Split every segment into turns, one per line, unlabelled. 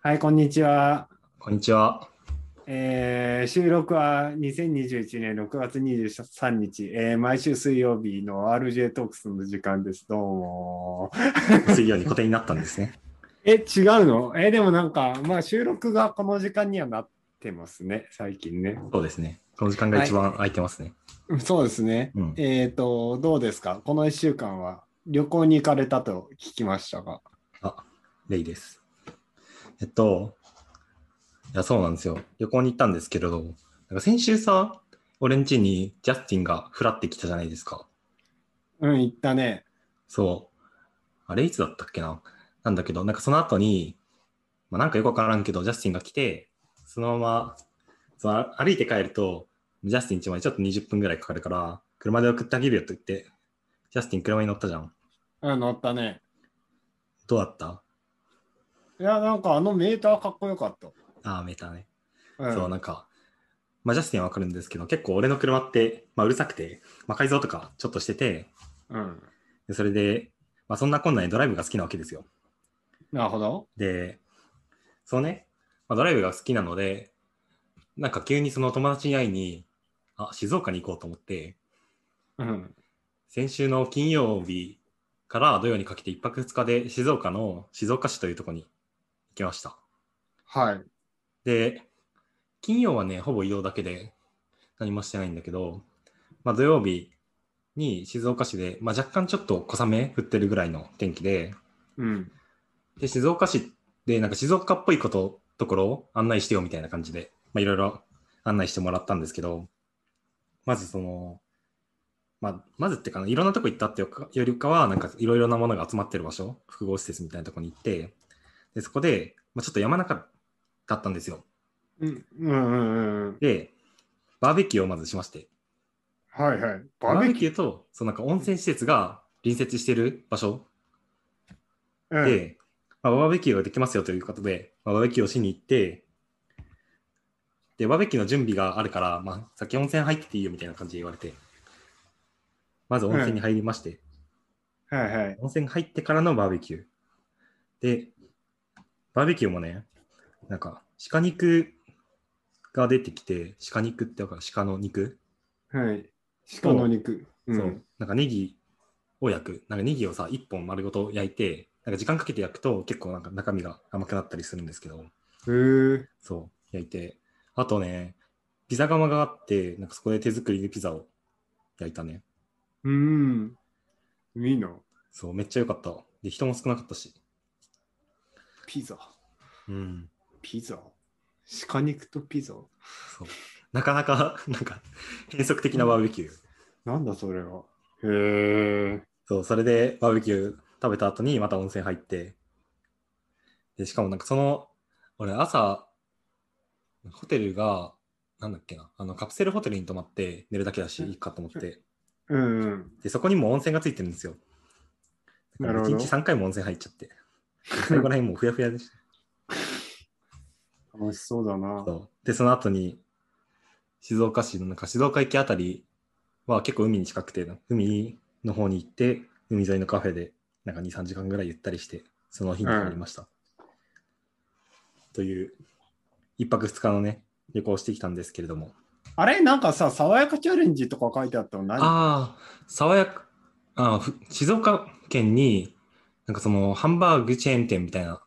はい、こんにちは。
こんにちは。
えー収録は2021年6月23日、えー毎週水曜日の RJ トークスの時間です。どうも。
水曜に固定になったんですね。
え、違うのえでもなんか、まあ収録がこの時間にはなってますね、最近ね。
そうですね。この時間が一番空いてますね。
そうですね。
うん
えっ、と、どうですかこの1週間は旅行に行かれたと聞きましたが。
あ、レイです。えっと、いや、そうなんですよ。旅行に行ったんですけれど、なんか先週さ、俺ん家にジャスティンがフラってきたじゃないですか。
うん、行ったね。
そう。あれいつだったっけななんだけど、なんかその後に、まあ、なんかよくわからんけど、ジャスティンが来て、そのまま、その歩いて帰ると、ジャスティン家までちょっと20分ぐらいかかるから、車で送ってあげるよと言って、ジャスティン車に乗ったじゃん。
うん、乗ったね。
どうだった
いや、なんかあのメーターかっこよかった。
ああ、メーターね。
うん、
そう、なんか、まあ、ジャスティンはわかるんですけど、結構俺の車って、まあ、うるさくて、まあ、改造とかちょっとしてて、
うん。
でそれで、まあ、そんなこんなにドライブが好きなわけですよ。
なるほど。
で、そうね、まあ、ドライブが好きなので、なんか急にその友達に会いに、あ、静岡に行こうと思って、
うん。
先週の金曜日から土曜にかけて1泊2日で静岡の静岡市というところに行きました。
はい。
で、金曜はね、ほぼ移動だけで何もしてないんだけど、まあ、土曜日に静岡市で、まあ、若干ちょっと小雨降ってるぐらいの天気で、
うん。
で、静岡市で、なんか静岡っぽいこと、ところを案内してよみたいな感じで、まあ、いろいろ案内してもらったんですけど、まずその、まあ、まずっていうかな、いろんなとこ行ったっていうかよりかは、なんかいろいろなものが集まってる場所、複合施設みたいなとこに行って、で、そこで、まあ、ちょっと山中だったんですよ。
うんうんうんうん。
で、バーベキューをまずしまして、
はいはい。
バ
バー
ーベ
ベキ
キューと、そのなんか温泉施設が隣接してる場所
ュー。うん
で、まあ、バーベキューができますよということで、まあバーベキューをしに行って、で、バーベキューの準備があるから、まあ、先温泉入ってていいよみたいな感じで言われて、まず温泉に入りまして、
はいはい。
温泉入ってからのバーベキュー。で、バーベキューもね、なんか、鹿肉が出てきて、鹿肉ってわかる鹿の肉
はい。鹿の肉。
そう、
ん。
なんかネギを焼く、なんかネギをさ、1本丸ごと焼いて、なんか時間かけて焼くと結構なんか中身が甘くなったりするんですけど、
へえ。
そう、焼いて。あとね、ピザ窯があって、なんかそこで手作りでピザを焼いたね。
うん。いいな。
そう、めっちゃ良かった。で、人も少なかったし。
ピザ。
うん。
ピザ。鹿肉とピザ。
そう。なかなか、なんか、変則的なバーベキュー。
なんだそれは。へえ。
そう、それでバーベキュー食べた後にまた温泉入って、で、しかもなんかその、俺朝、ホテルが、なんだっけな、あの、カプセルホテルに泊まって寝るだけだし、いいかと思って、
うんうん。
で、そこにも温泉がついてるんですよ。だ
な
か
る
ら
ほ
1
ど
日3回も温泉入っち ゃって、最後らへんもうふやふやでした。
楽しそうだな。
そうで、その後に、静岡市の、なんか静岡駅あたりは結構海に近くて、海の方に行って、海沿いのカフェで、なんか2、3時間ぐらいゆったりして、その日に帰りました。という、一泊二日のね、旅行をしてきたんですけれども。
あれなんかさ、爽やかチャレンジとか書いてあったの何
ああ、爽やか、あーふ静岡県に、なんかそのハンバーグチェーン店みたいな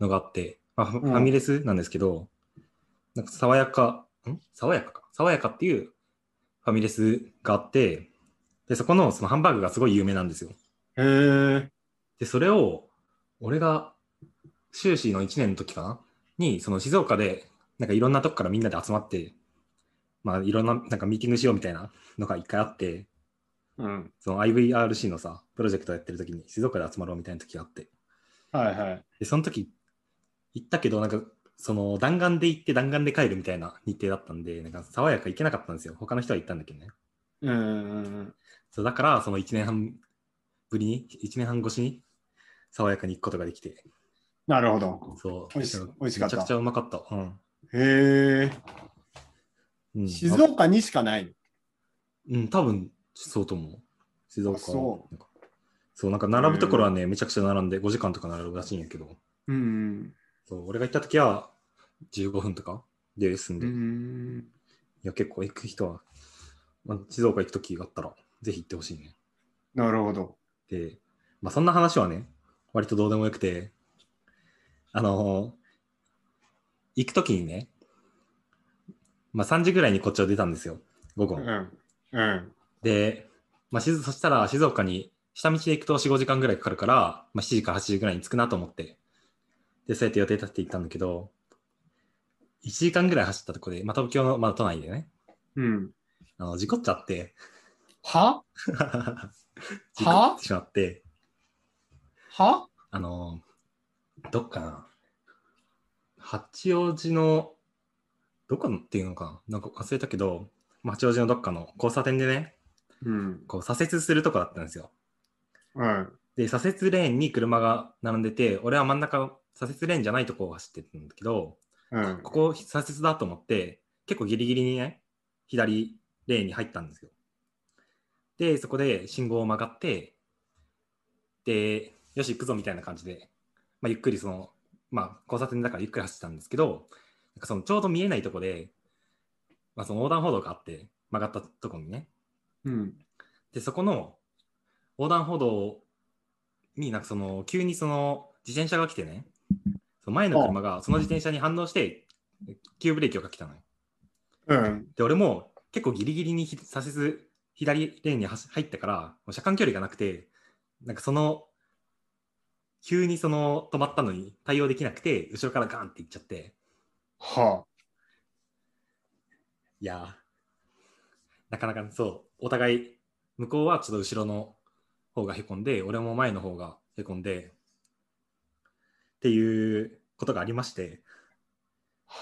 のがあって、まあファ
うん
ファミレスなんですけど、なんか爽やか、ん爽やかか。爽やかっていうファミレスがあって、で、そこのそのハンバーグがすごい有名なんですよ。
へえ。
で、それを、俺が修士の1年の時かなに、その静岡で、なんかいろんなとこからみんなで集まって、まあいろんな、なんかミーティングしようみたいなのが一回あって、
うん。
その IVRC のさ、プロジェクトやってる時に静岡で集まろうみたいな時があって。
はいはい。
で、その時行ったけど、なんか、その弾丸で行って弾丸で帰るみたいな日程だったんで、なんか爽やか行けなかったんですよ。他の人は行ったんだけどね。
うんうんうん。
そうだから、その1年半ぶりに、1年半越しに爽やかに行くことができて、
なるほど。
そう。
美味し美味しかった
めちゃくちゃうまかった。うん。
へ
うん、
え。静岡にしかないの。
うん、多分そうと思う。静岡は
あそう
なんかそう、なんか並ぶところはね、めちゃくちゃ並んで5時間とか並ぶらしいんやけど、
うん。
そう俺が行った時は15分とかで済んで、
う
い
ん。
や結構行く人は、まあ、静岡行く時があったらぜひ行ってほしいね。
なるほど。
で、まあ、そんな話はね、割とどうでもよくて、あのー行く時にね、まあ、3時ぐらいにこっちを出たんですよ、午後。
うん。うん。
で、まあ、静そしたら静岡に下道で行くと4、5時間ぐらいかかるから、まあ、7時から8時ぐらいに着くなと思って、で、そうやって予定立てて行ったんだけど、1時間ぐらい走ったとこで、まあ、東京の、まあ、都内でね、
うん。
あの事故っちゃって、
は
は
は
ってしまって、
は
あのーどっかな、八王子の、どこっていうのかな、なんか忘れたけど、まあ八王子のどっかの交差点でね、
うん。
こう左折するとこだったんですよ。
うん。
で、左折レーンに車が並んでて、俺は真ん中、左折レーンじゃないとこを走ってたんだけど、
うん。
ここ左折だと思って、結構ギリギリにね、左レーンに入ったんですよ。で、そこで信号を曲がって、で、よし、行くぞみたいな感じで、まあ、ゆっくりその、まあ、交差点だからゆっくり走ってたんですけど、なんかそのちょうど見えないとこで、まあ、その横断歩道があって、曲がったとこにね、
うん。
で、そこの横断歩道になんかその急にその自転車が来てね、その前の車がその自転車に反応して急ブレーキをかけたのよ。
うん。
で、俺も結構ギリギリにひ左折、左レーンに走入ったから、もう車間距離がなくて、なんかその、急にその止まったのに対応できなくて、後ろからガーンって行っちゃって、
はい
やー、なかなかそう、お互い、向こうはちょっと後ろの方がへこんで、俺も前の方がへこんで、っていうことがありまして、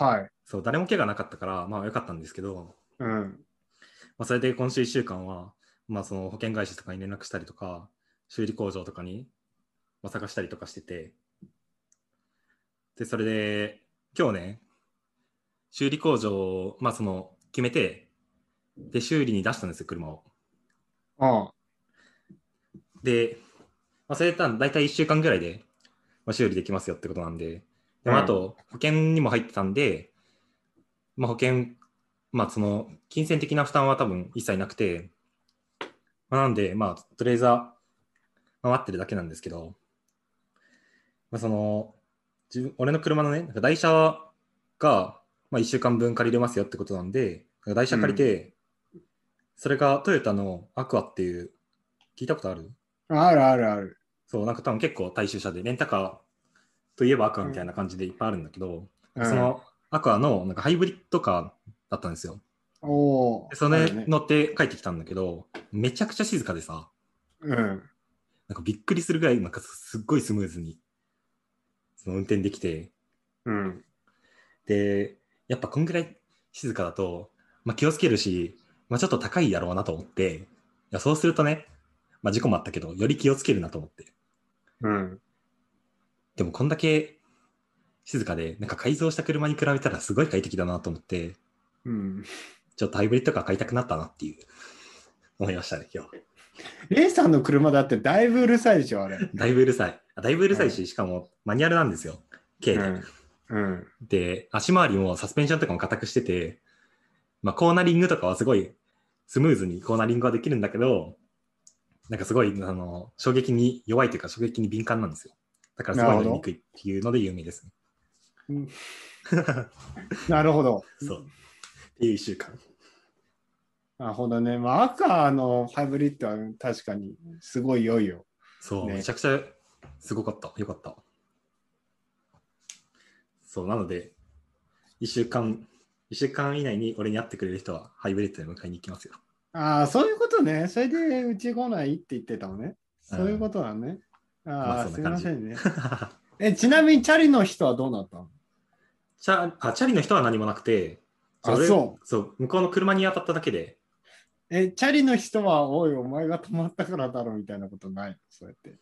あ。はい。
そう、誰も怪我なかったから、まあ良かったんですけど、
うん。
まあ、それで今週1週間は、まあ、その保険会社とかに連絡したりとか、修理工場とかに、まあ、探したりとかしてて、で、それで、今日ね、修理工場を、まあ、その、決めて、で、修理に出したんですよ、車を。
ああ。
で、まあ、それだ大体1週間ぐらいで、まあ、修理できますよってことなんで、で
うん
まあ、あと、保険にも入ってたんで、まあ、保険、まあ、その、金銭的な負担は多分一切なくて、まあ、なんで、まあ、とりあえずは、まあ待ってるだけなんですけど、まあ、その、自分俺の車のね、なんか台車が、まあ、1週間分借りれますよってことなんで、なんか台車借りて、それがトヨタのアクアっていう、聞いたことある
あるあるある。
そう、なんか多分結構大衆車で、レンタカーといえばアクアみたいな感じでいっぱいあるんだけど、
うん
そのアクアのなんかハイブリッドカーだったんですよ。
おお。
でそれ
あるね
乗って帰ってきたんだけど、めちゃくちゃ静かでさ、
うん。
なんかびっくりするぐらい、なんかすっごいスムーズに、その運転できて、
うん。
で、やっぱこんぐらい静かだと、まあ、気をつけるし、まあ、ちょっと高いやろうなと思って、いやそうするとね、まあ、事故もあったけど、より気をつけるなと思って。
うん。
でもこんだけ静かで、なんか改造した車に比べたらすごい快適だなと思って、
うん。
ちょっとハイブリッドカー買いたくなったなっていう思いましたね、今日。
レイさんの車だってだいぶうるさいでしょ、あれ。
だいぶうるさい。あだいぶうるさいし、
う
しかもマニュアルなんですよ。軽
う
で。
ん。うん。
で、足回りもサスペンションとかも硬くしてて、まあコーナリングとかはすごいスムーズにコーナリングはできるんだけど、なんかすごい、あの、衝撃に弱いというか衝撃に敏感なんですよ。だからすごい乗りにくいっていうので有名ですね。
なるほど。
そう。っていう一週間。
なるほどね。まあ、赤のハイブリッドは確かにすごい良いよ。
そう、
ね
めちゃくちゃすごかった。よかった。そう、なので、1週間、一週間以内に俺に会ってくれる人はハイブリッドで迎えに行きますよ。
ああ、そういうことね。それでうち来ないって言ってたのね。そういうことだね。あ
まあ
あ、
そ
す
ん
い
な感
ま
じ
せ んね。え、ちなみにチャリの人はどうなったの
チャあチャリの人は何もなくて、
あ
れ
そ
そう、向こうの車に当たっただけで、
え、チャリの人は、おい、お前が止まったからだろみたいなことないのそうやって。
い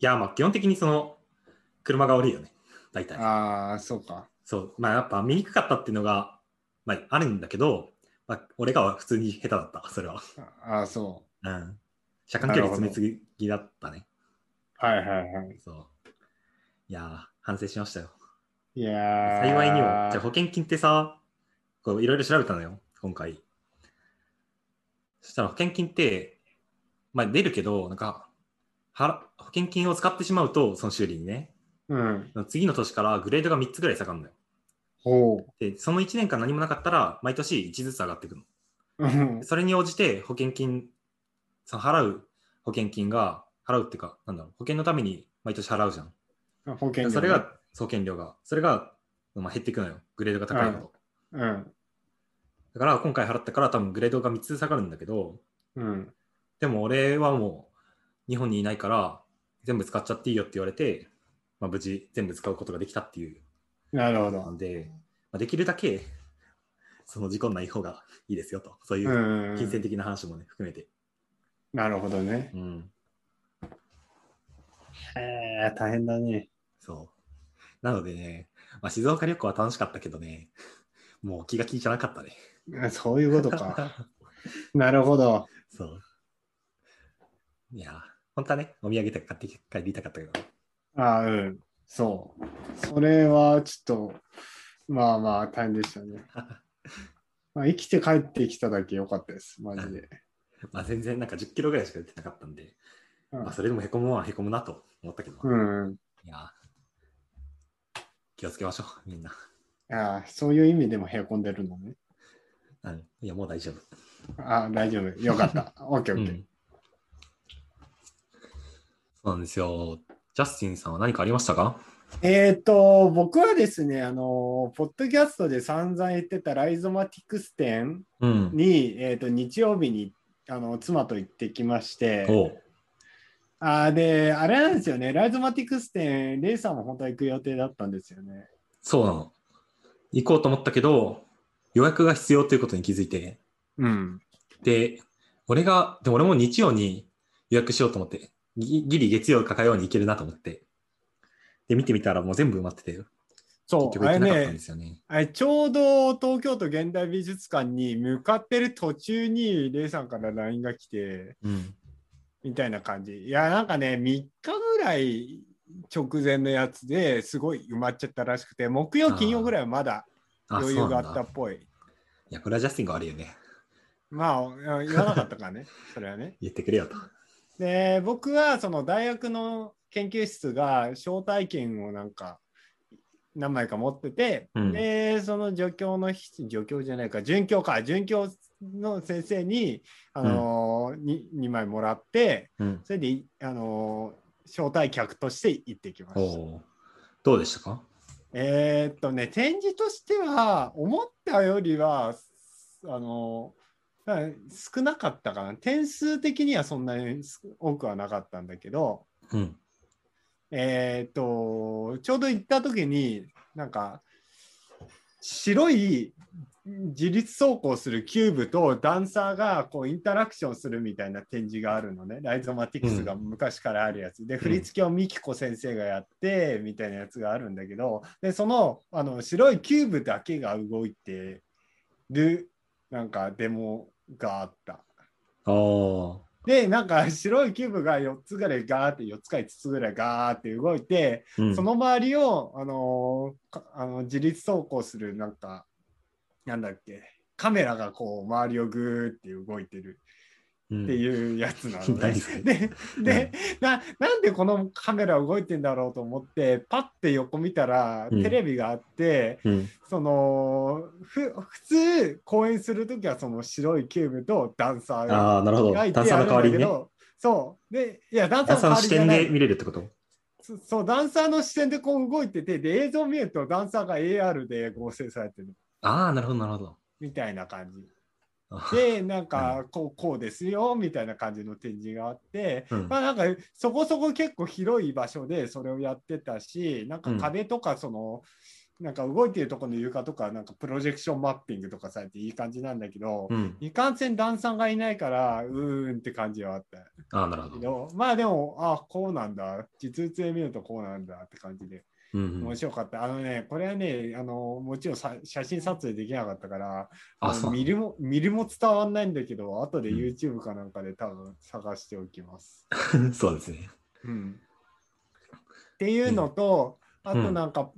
や、まあ基本的にその、車が悪いよね。大体。
ああ、そうか。
そう、まあやっぱ見にくかったっていうのが、まああるんだけど、まあ俺が普通に下手だった、それは。
ああ、そ
うん。車間距離詰めすぎだったね。
う。はいはいはい。
そう。いやー、反省しましたよ。
いやー
幸いにも、じゃあ保険金ってさ、こういろいろ調べたのよ、今回。そしたら保険金って、まあ出るけど、なんか、は保険金を使ってしまうと、その修理にね、
うん。
次の年からグレードが3つぐらい下がるのよ。
ほ
で、その1年間何もなかったら、毎年1ずつ上がっていくの。
う。うん
それに応じて保険金、その払う保険金が、払うっていうか、なんだろう、保険のために毎年払うじゃん。
保険料ね
それが、そう、保険料が。それが、まあ、減っていくのよ。グレードが高いほど。
うん。
だから、今回払ったから多分グレードが3つ下がるんだけど、
うん。
でも俺はもう、日本にいないから、全部使っちゃっていいよって言われて、まあ、無事全部使うことができたっていう
なるほど。
な。んで、まあ、できるだけ、その事故のない方が いいですよと。そういううん金銭的な話もね、含めて。
なるほどね。
うん。
えー、大変だね。
そう。なのでね、まあ、静岡旅行は楽しかったけどね、もう気が気じゃなかったね。
あ そういうことか。なるほど。
そう。いや、本当はね、お土産とか買って帰りたかったけど、
あーうん。そう。それはちょっと、まあまあ大変でしたね。まあ、生きて帰ってきただけ良かったです。マジで。
まあ全然なんか10キロぐらいしか出てなかったんで、
うん
まあ、それでもへこむはへこむなと思ったけど、い
うん。
や、気をつけましょう、みんな。
あーそういう意味でもへこんでるのね。
うん、いや、もう大丈夫。
あー大丈夫。よか った。オッケーオッケ
う
ー。
んそうなんですよ。ジャスティンさんは何かありましたか
えっ、と、僕はですね、あの、ポッドキャストで散々言ってたライゾマティクス展
うん。
に、えー、と日曜日にあの妻と行ってきまして、
おう
あーで、あれなんですよね、ライズマティクス展、レイさんも本当は行く予定だったんですよね。
そうなの。行こうと思ったけど、予約が必要ということに気づいて、
うん。
で、俺が、でも俺も日曜に予約しようと思って、ぎギリ月曜か火曜に行けるなと思って、で、見てみたらもう全部埋まってて、結
そう、
局
あ
行
れ
けなかった
ね
んで、すよね。
あれちょうど東京都現代美術館に向かってる途中に、レイさんから LINE が来て、
うん。
みたいな感じ。いや、なんかね、3日ぐらい直前のやつですごい埋まっちゃったらしくて、木曜、金曜ぐらいはまだ
あ、
余
そ
裕
う
が
な
あ
ん
った
だ。
っぽい。
いや、これはジャスティンが悪いよね。
まあ、言わなかったからね、それは ね。
言ってくれよと。
で僕はその大学の研究室が招待券をなんか何枚か持ってて、
うん
でその助教の人助教じゃないか准教か准教の先生に,、あのーに2枚もらって
うん。
それで、あのー招待客として行ってきま
お
した。
お。どうでしたか
えーっとね展示としては思ったよりはあのなんか少なかったかな点数的にはそんなに多くはなかったんだけど、
うん。
えーっとちょうど行った時になんか白い自立走行するキューブとダンサーがこうインタラクションするみたいな展示があるのねライゾマティクスが昔からあるやつ、で振り付けをミキコ先生がやってみたいなやつがあるんだけどでそのあの白いキューブだけが動いてるなんかデモがあった。
おお
でなんか白いキューブが4つぐらいガーって4つか5つぐらいガーって動いて
ー。うん
その周りを、あのーかあの自立走行するなんかなんだっけカメラがこう周りをぐーって動いてる
うん
っていうやつなのね
何それ
ででななんでこのカメラ動いてんだろうと思ってパッて横見たら
うん
テレビがあって、
うん。
そのふ普通公演する時はその白いキューブとダンサーが
ああ、なるほど。
がいて
ダンサーの代
や
わ
る
り
んだ
に
け
ね。
どそうでいやダンサ
ダ
ー
ン
の代わり
サーの視
じゃ
点
ない
で見れるってこと
そそうダンサーの視点でこう動いててで映像見るとダンサーが AR で合成されてる
ああ、なるほど、なるほど。
みたいな感じ
あ
でなんかこうこうですよみたいな感じの展示があって、
うん
まあ、なんかそこそこ結構広い場所でそれをやってたしなんか壁とかその、なんか動いてるところの床とかなんかプロジェクションマッピングとかされていい感じなんだけど、
うん。
いかんせんダンサーがいないからうーんって感じはあった
ああ、なるほ
け
ど。
どまあでもあこうなんだ実物で見るとこうなんだって感じで
うんう
面
ん、
白かった。あのね、これはね、あのもちろんさ写真撮影できなかったから、
あ、
あの
そう
見るも見るも伝わんないんだけど、後で
うん
YouTube かなんかで多分探しておきます。
そうですね。
うん、っていうのと、あとなんか、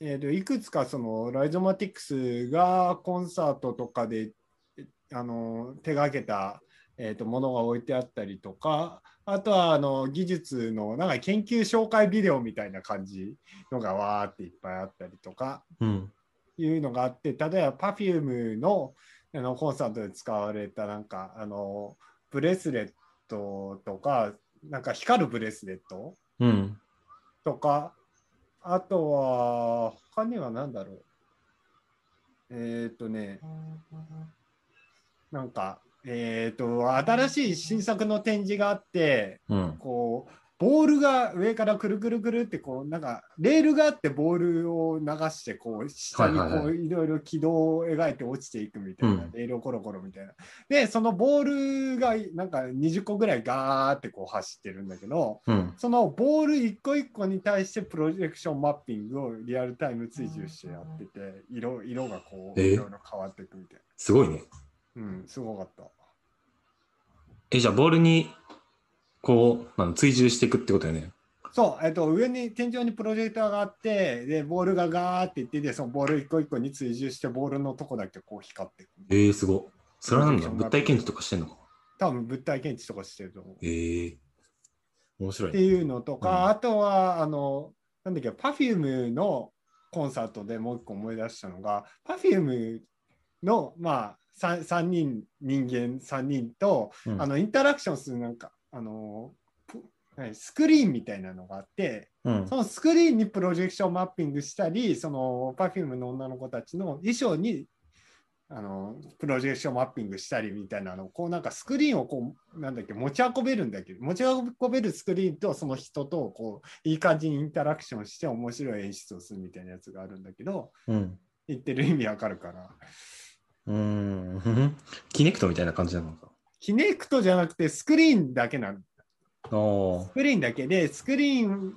えー、といくつかそのライゾマティクスがコンサートとかでえあの手がけた、えー、とものが置いてあったりとかあとはあの技術のなんか研究紹介ビデオみたいな感じのがわーっていっぱいあったりとか
うん。
いうのがあって例えば Perfume のあのコンサートで使われたなんかあのブレスレットとかなんか光るブレスレット
うん。
とか、あとは、他には何だろう。えーっ、とね、なんか、えーっ、と、新しい新作の展示があって、
うん。
こう、ボールが上からくるくるくるって、こう、なんか、レールがあってボールを流して、こう、下に
はいはい
こ
は
う、いろいろ軌道を描いて落ちていくみたいな
う、ん
レールをコロコロみたいな。で、そのボールが、なんか20個ぐらいガーってこう走ってるんだけど、
うん。
そのボール一個一個に対してプロジェクションマッピングをリアルタイム追従してやってて、色色がこう、
え
いろいろ変わっていくみたい
すごいね。
な。うん、すごかった。
え、じゃあボールに、こう、なんだ追従していくってことよね。
そう、えっと、上に、天井にプロジェクターがあって、で、ボールがガーっていってて、そのボール一個一個に追従して、ボールのとこだけこう光っていく。
えー、すご。それはなんだ物体検知とかしてんのか。
多分物体検知とかしてると思う。
えー、面白
っ
い
て
ね。
いうのとか、
うん
あとはあのなんだっけ Perfume のコンサートでもう一個思い出したのが Perfume のまあ 3, 三人人間3人と、
うん
あのインタラクションするなんかあのぷ何スクリーンみたいなのがあって
うん
そのスクリーンにプロジェクションマッピングしたりその Perfume の女の子たちの衣装にあのプロジェクションマッピングしたりみたいなのをこうなんかスクリーンをこうなんだっけ持ち運べるんだけど持ち運べるスクリーンとその人とこういい感じにインタラクションして面白い演出をするみたいなやつがあるんだけど
うん。
言ってる意味わかるかな
うん。ふふん キネクトみたいな感じなのか。
キネクトじゃなくてスクリーンだけなん
あー
スクリーンだけでスクリーン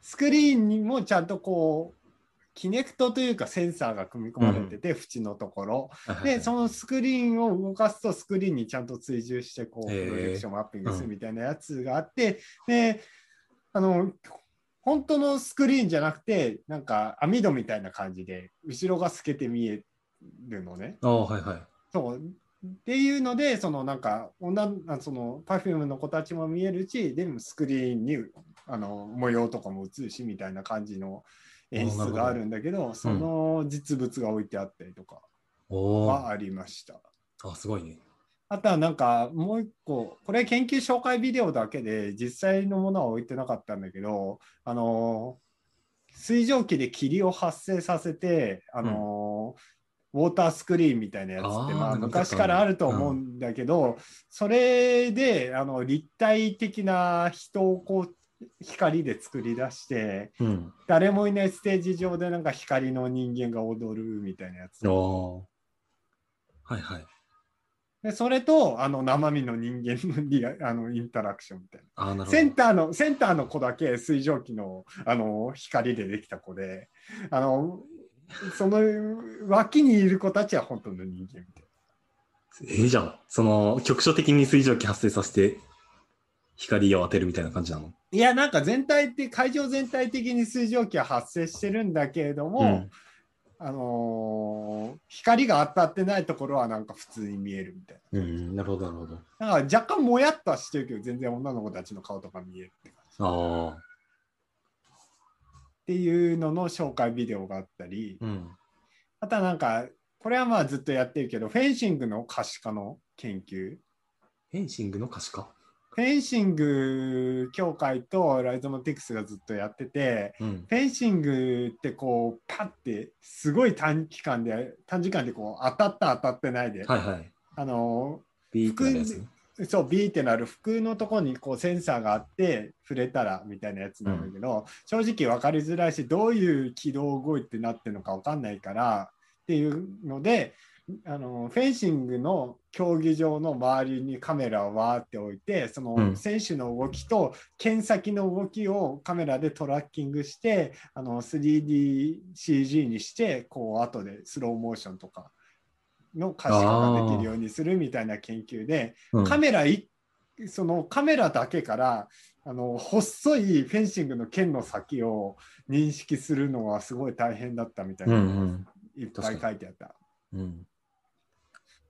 スクリーンにもちゃんとこうキネクトというかセンサーが組み込まれてて、縁のところ
はいはいはい
で、そのスクリーンを動かすと、スクリーンにちゃんと追従して、こう、
へ
プロ
ー
ジェクションマッピングするみたいなやつがあって、で、あの、本当のスクリーンじゃなくて、なんか網戸みたいな感じで、後ろが透けて見えるのね。
あー、はいはい。
そう。っていうので、そのなんか、女のその、パフュームの子たちも見えるし、でもスクリーンにあの模様とかも映るし、みたいな感じの演出があるんだけど、その実物が置いてあったりとか
お
は
ー
ありました。
あ、すごいね。
あとはなんかもう一個、これ研究紹介ビデオだけで実際のものは置いてなかったんだけど、あのー水蒸気で霧を発生させて、あのーウォータースクリーンみたいなやつって
あー
まあ、
なんか見たことある
昔からあると思うんだけど、それであの立体的な人をこう光で作り出して
うん。
誰もいないステージ上でなんか光の人間が踊るみたいなやつ
ああ。はいはい。
でそれとあの生身の人間のリア あのインタラクションみたい
ああ、なる
な
ほど。
センターのセンターの子だけ水蒸気のあの光でできた子であのその脇にいる子たちは本当の人間みたいな
えー、じゃあ、その、局所的に水蒸気発生させて、光を当てるみたいな感じなの
いやなんか全体って会場全体的に水蒸気は発生してるんだけれども、
うん。
あのー光が当たってないところはなんか普通に見えるみたい
うん、なるほど、なるほど。
ななんか若干もやっとはしてるけど全然女の子たちの顔とか見えるって感じ
ああ。
っていうのの紹介ビデオがあったり、
うん。
あとはなんか、これはまあずっとやってるけど、フェンシングの可視化の研究。
フェンシングの可視化
フェンシング協会とライゾマティクスがずっとやってて、
うん。
フェンシングってこう、パッて、すごい短期間で、短時間でこう、当たった当たってないで、
はいはい。
あの、
ビーってなるやつね。
そう、ビーってなる服のところにこう、センサーがあって、触れたらみたいなやつなんだけど、正直分かりづらいし、どういう軌道動いてなってるのか分かんないから、っていうのであのフェンシングの競技場の周りにカメラをわーって置いてそ
うん
の選手の動きと剣先の動きをカメラでトラッキングしてあの 3DCG にしてこう後でスローモーションとかの可視化ができるようにするみたいな研究で
うん
カメラいそのカメラだけからああの細いフェンシングの剣の先を認識するのはすごい大変だったみたい
うん
な、
うん
いっぱい書いてあった。
うん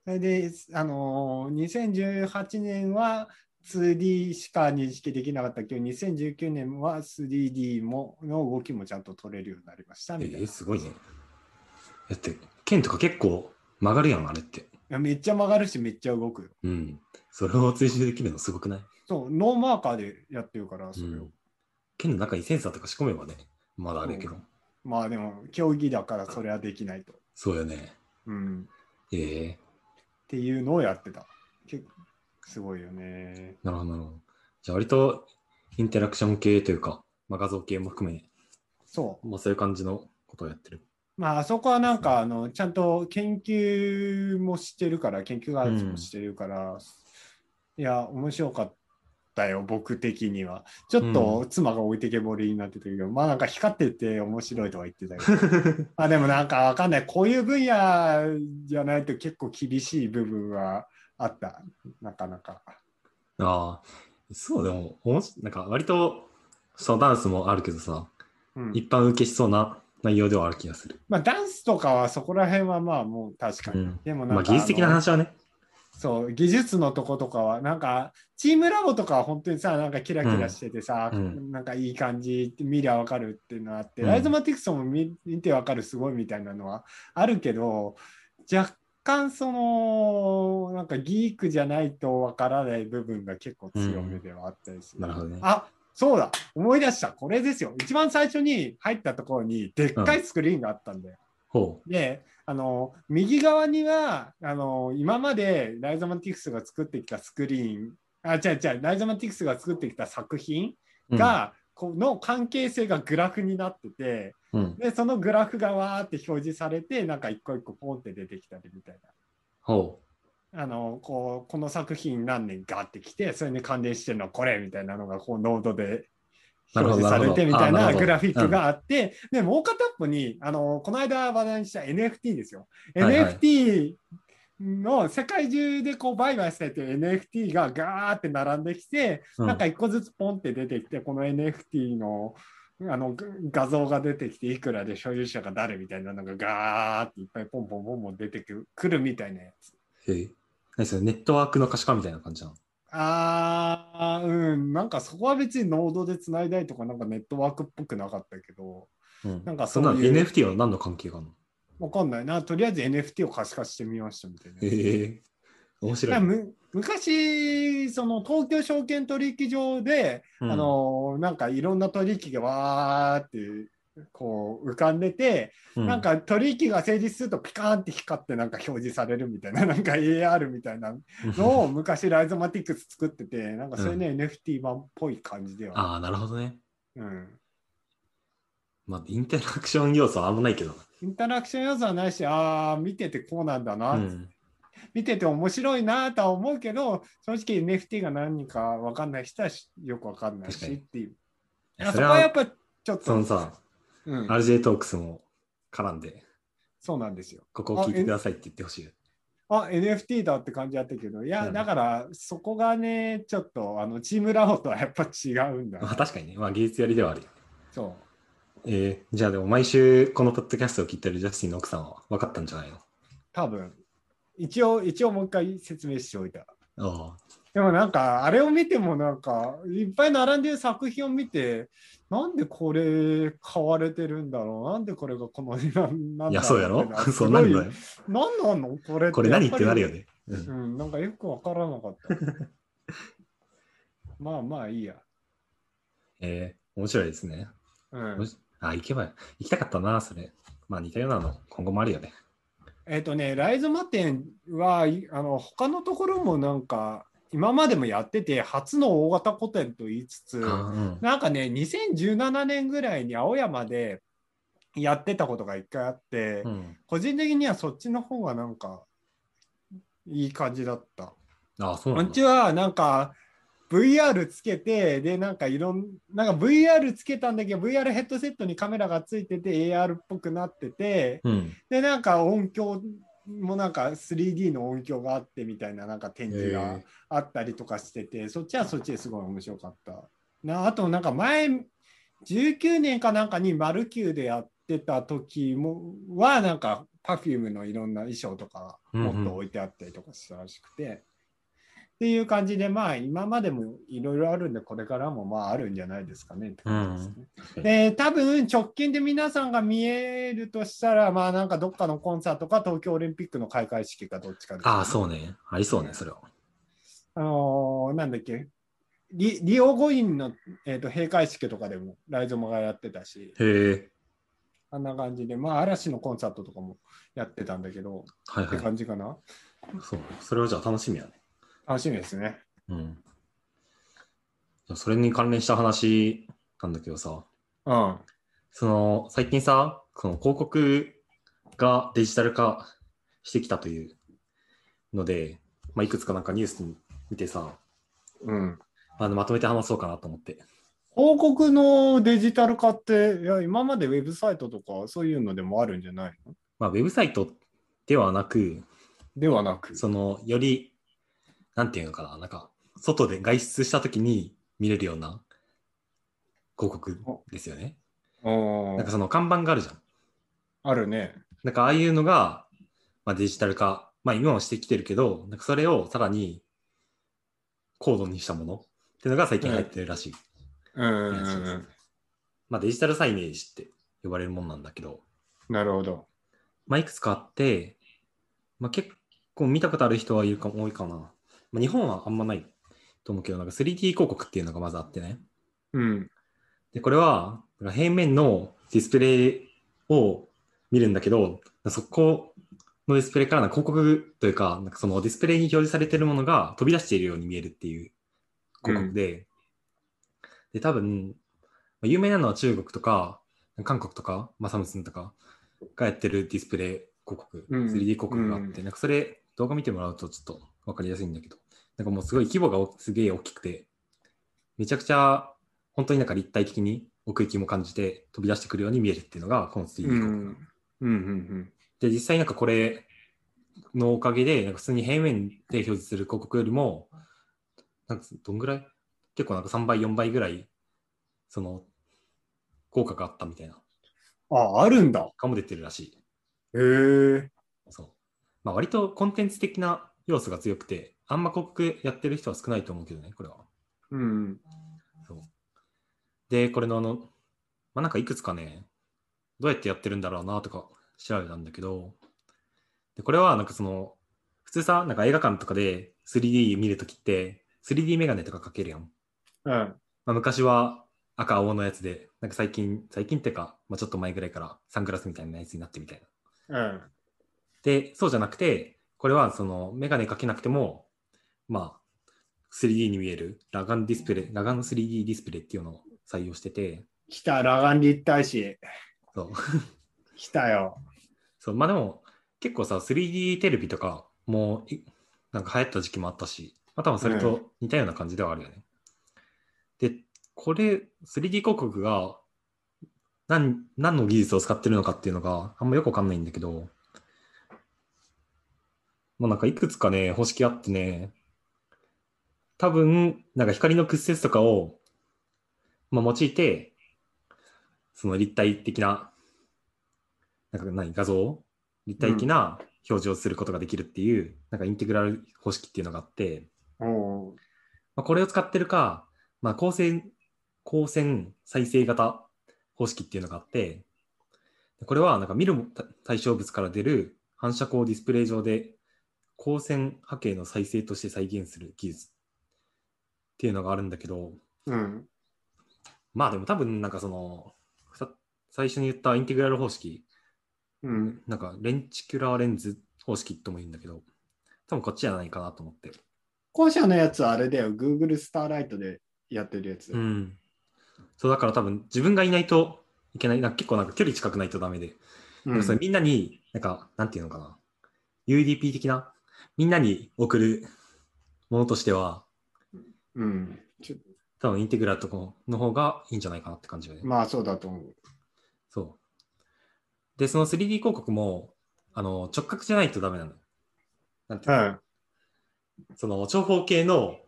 それで、あのー2018年は 2D しか認識できなかったけど、2019年は 3D もの動きもちゃんと取れるようになりました
え
みたい
ー、すごいねだって剣とか結構曲がるやんあれって
な。めっちゃ曲がるし、めっちゃ動くよ。
うんそれを追従できるのすごくない、
そう、ノーマーカーでやってるから、
う
それを。
ん、剣の中にセンサーとか仕込めばねまだあれやけど
そうまあでも、競技だからそれはできないと。
そうよね
うん。
ええ
っていうのをやってた。けすごいよね。
なるほどなるほどじゃあ割とインタラクション系というか、まあ、画像系も含め、
そう。
まあ、そういう感じのことをやってる
まあ、あそこはなんかあのちゃんと研究もしてるから研究開発もしてるから、いや面白かったよ僕的にはちょっと妻が置いてけぼりになってたけど、まあなんか光ってて面白いとは言ってたけどまあでもなんかわかんないこういう分野じゃないと結構厳しい部分はあったなかなか
ああ、そう、でも、おもしなんか割と、そのダンスもあるけどさ、
うん
一般受けしそうな内容ではある気がする。
まあダンスとかはそこら辺はまあもう確か
う
に、
ん。
でもなん
ま
か
あ、技術的な
あの
話はね、
そう技術のとことかはなんかチームラボとかは本当にさなんかキラキラしててさ、
うん
なんかいい感じって見りゃ分かるっていうのあって、
うん
ライズマティクソンも見見て分かるすごいみたいなのはあるけど若干そのなんかギークじゃないと分からない部分が結構強めではあったりする。
なるほどね。
あそうだ思い出したこれですよ一番最初に入ったところにでっかいスクリーンがあったんだよ。
ほ
であの右側にはあの今までライザマティクスが作ってきたスクリーンあ違う違うライザマティクスが作ってきた作品
う。
が、この関係性がグラフになってて
うん、うん。
でそのグラフがわーって表示されてなんか一個一個ポンって出てきたりみたい
ほ
なあのこうこの作品何年かってきてそれに関連してるのはこれみたいなのがこうノードで
なるほ
表
ど
示されてみたい
な
な
るほど
グラフィックがあって、でもう片っぽにあのこの間話題にした NFT ですよ、
はいはい
NFT の世界中でこう売買されてる NFT がガーって並んできて、
う。う
なんか一個ずつポンって出てきてこの NFT のあのが画像が出てきていくらで所有者が誰みたいなのがガーっていっぱいポンポンポンポン出てくるくるみたいなやつ。
へえ何それ、ネットワークの可視化みたいな感じなの
あーうん、なんかそこは別にノードでつないだりとか、なんかネットワークっぽくなかったけど、
うん。
なんか
そんなの
そういう
NFT は何の関係があるの
わかんないな。とりあえず NFT を可視化してみましたみたいな。
へえ
だ
面
か
白
ら
いね。
む昔、その東京証券取引所で、
うん
あ、のなんかいろんな取引がわーってこう浮かんでて、
う
なん、か取引が成立するとピカーンって光ってなんか表示されるみたいな、 なんか AR みたいなのを昔ライゾマティックス作ってて、なんかそれね、NFT 版っぽい感じでは。
ああ、なるほどね。
うん
まあ、インタラクション要素はあんまないけどな。
インタラクション要素はないし、ああ、見ててこうなんだな、
うん。
見てて面白いなとは思うけど、正直 NFT が何か分かんない人はしよく分かんない
確か
し
に
っていう。
い
い
や
や
そ
そ
れ
こ
は
はやっぱちょっ
そ
と、
のさ、
うん、
RJ トークスも絡んで、
そうなんですよ。
ここを聞いてくださいって言ってほしい。
あ、NFT だって感じだったけど、いや、
うん
だからそこがね、ちょっとあのチームラボとはやっぱ違うんだ
まあ、
な。
確かにね、まあ、技術やりではあるよ。
そ
えーじゃあでも毎週このポッドキャストを聞いてるジャスティンの奥さんは分かったんじゃないの
う、多分一応、一応もう一回説明しておいた。
あ
でもなんか、あれを見てもなんか、いっぱい並んでる作品を見て、なんでこれ買われてるんだろうなんでこれがこの値段な
あ。
んだろう
いや、そうやろ そう
な
なんん
だ
だ
よ。
よ。
なんなのこれ
これ何ってなるよ
ね。
ね。う、
うんん、なんかよくわからなかった。 まあまあいいや。
えー面白いですね。
うん
も、しあ、行けば、行きたかったな、それ。まあ似たようなの、今後もあるよね。
えっ、とね、ライズマ展はいあの他のところもなんか、今までもやってて、初の大型個展と言いつつ、
あうん
なんかね、2017年ぐらいに青山でやってたことが一回あって、
うん、
個人的にはそっちの方がなんかいい感じだった。
あ、そう
こ
なんん
ち
だ。
はなんか VR つけて、で、なんかいろんなんか VR つけたんだけど、VR ヘッドセットにカメラがついてて、AR っぽくなってて、
うん。
で、なんか音響もなんか 3D の音響があってみたいななんか展示があったりとかしてて、そっちはそっちですごい面白かった。なあとなんか前19年かなんかにマルキューでやってた時もはなんか Perfume のいろんな衣装とかがもっと置いてあったりとかしたらしくて、っていう感じでまあ今までもいろいろあるんでこれからもまああるんじゃないですかねって感じですね。
うん
で多分直近で皆さんが見えるとしたらまあなんかどっかのコンサートか東京オリンピックの開会式かどっちかです、ね。
ああ、そうね。ありそうね、それは。
あのーなんだっけリリオ五輪の、えー、と閉会式とかでもライゾマがやってたし
へえ。
あんな感じで、まあ、嵐のコンサートとかもやってたんだけど、
はい
って
はい。
感じかな
そう。それはじゃあ楽しみやね。
楽しみですね
うん。じゃあそれに関連した話なんだけどさ、
うん
その、最近さ、その広告がデジタル化してきたというので、まあ、いくつかなんかニュース見てさ、
うん
あのまとめて話そうかなと思って。
広告のデジタル化っていや今までウェブサイトとかそういうのでもあるんじゃないの
まあ、ウェブサイトではなく、
ではなく
その、より、なんていうのかな、なんか、外で外出したときに見れるような広告ですよね。
うん
なんかその看板があるじゃん。
あるね
なんかああいうのが、まあ、デジタル化、まあ、今もしてきてるけど、なんかそれをさらに高度にしたものっていうのが最近入ってるらしい。
うんうん
いやそう
う
そうんまあ、デジタルサイネージって呼ばれるもんなんだけど、
なるほど
まあ、いくつかあって、まあ、結構見たことある人はいるかも多いかな。まあ、日本はあんまないと思うけど、なんか 3D 広告っていうのがまずあってね。
うん
で、これは、なんか平面のディスプレイを見るんだけど、そこのディスプレイからの広告というか、なんかそのディスプレイに表示されているものが飛び出しているように見えるっていう広告で、で、多分、まあ有名なのは中国とか、韓国とか、まあ、サムスンとかがやってるディスプレイ広告、
うん
3D 広告があって、なんかそれ動画見てもらうとちょっとわかりやすいんだけど、なんかもうすごい規模がおすげえ大きくて、めちゃくちゃ本当になんか立体的に奥行きも感じて飛び出してくるように見えるっていうのがこの 3D
うんう
広告、
んうんうん
で実際なんかこれのおかげでなんか普通に平面で表示する広告よりもなんかどんぐらい結構なんか3倍4倍ぐらいその効果があったみたいな
ああるんだ
かも出てるらしい
へえ
そう、まあ、割とコンテンツ的な要素が強くてあんま広告やってる人は少ないと思うけどねこれは
うん
そう。で、これのあの、まあ、なんかいくつかね、どうやってやってるんだろうなとか調べたんだけど、で、これはなんかその、普通さ、なんか映画館とかで 3D 見るときって、3D メガネとかかけるやん。
うん
まあ、昔は赤青のやつで、なんか最近、最近っていうか、まあ、ちょっと前ぐらいからサングラスみたいなやつになってみたいな。
うん
で、そうじゃなくて、これはそのメガネかけなくても、まあ、3D に見える裸眼ディスプレイ、裸眼 3D ディスプレイっていうのを採用してて、
来た裸眼立体視
そう。
来たよ
そうまあでも、結構さ、3D テレビとかもいなんか流行った時期もあったし、まあ多分それと似たような感じではあるよね。で、これ、3D 広告が何何の技術を使ってるのかっていうのがあんまよくわかんないんだけど、まあなんかいくつかね、方式あってね、多分、なんか光の屈折とかを、まあ、用いて、その立体的な、なんか何、画像立体的な表示をすることができるっていう、なんかインテグラル方式っていうのがあって、
おう
まあ、これを使ってるか、まあ、光線、光線再生型方式っていうのがあって、これはなんか見るもた対象物から出る反射光をディスプレイ上で光線波形の再生として再現する技術っていうのがあるんだけど、
うん
まあでも多分なんかその、さ最初に言ったインテグラル方式、
うん
なんかレンチキュラーレンズ方式とも言うんだけど、多分こっちじゃないかなと思って。
後者のやつはあれだよ、Google スターライトでやってるやつ。
うん。そうだから多分自分がいないといけない。なんか結構なんか距離近くないとダメで。
う
なん
ん
かそれみんなに、なんか、なんていうのかな。UDP 的な、みんなに送るものとしては、
うんちょ
多分インテグラルとかの方がいいんじゃないかなって感じよね。
まあそうだと思う。
そう。で、その 3D 広告も、あの、直角じゃないとダメなの。なんていう
う
の
ん。
その長方形の、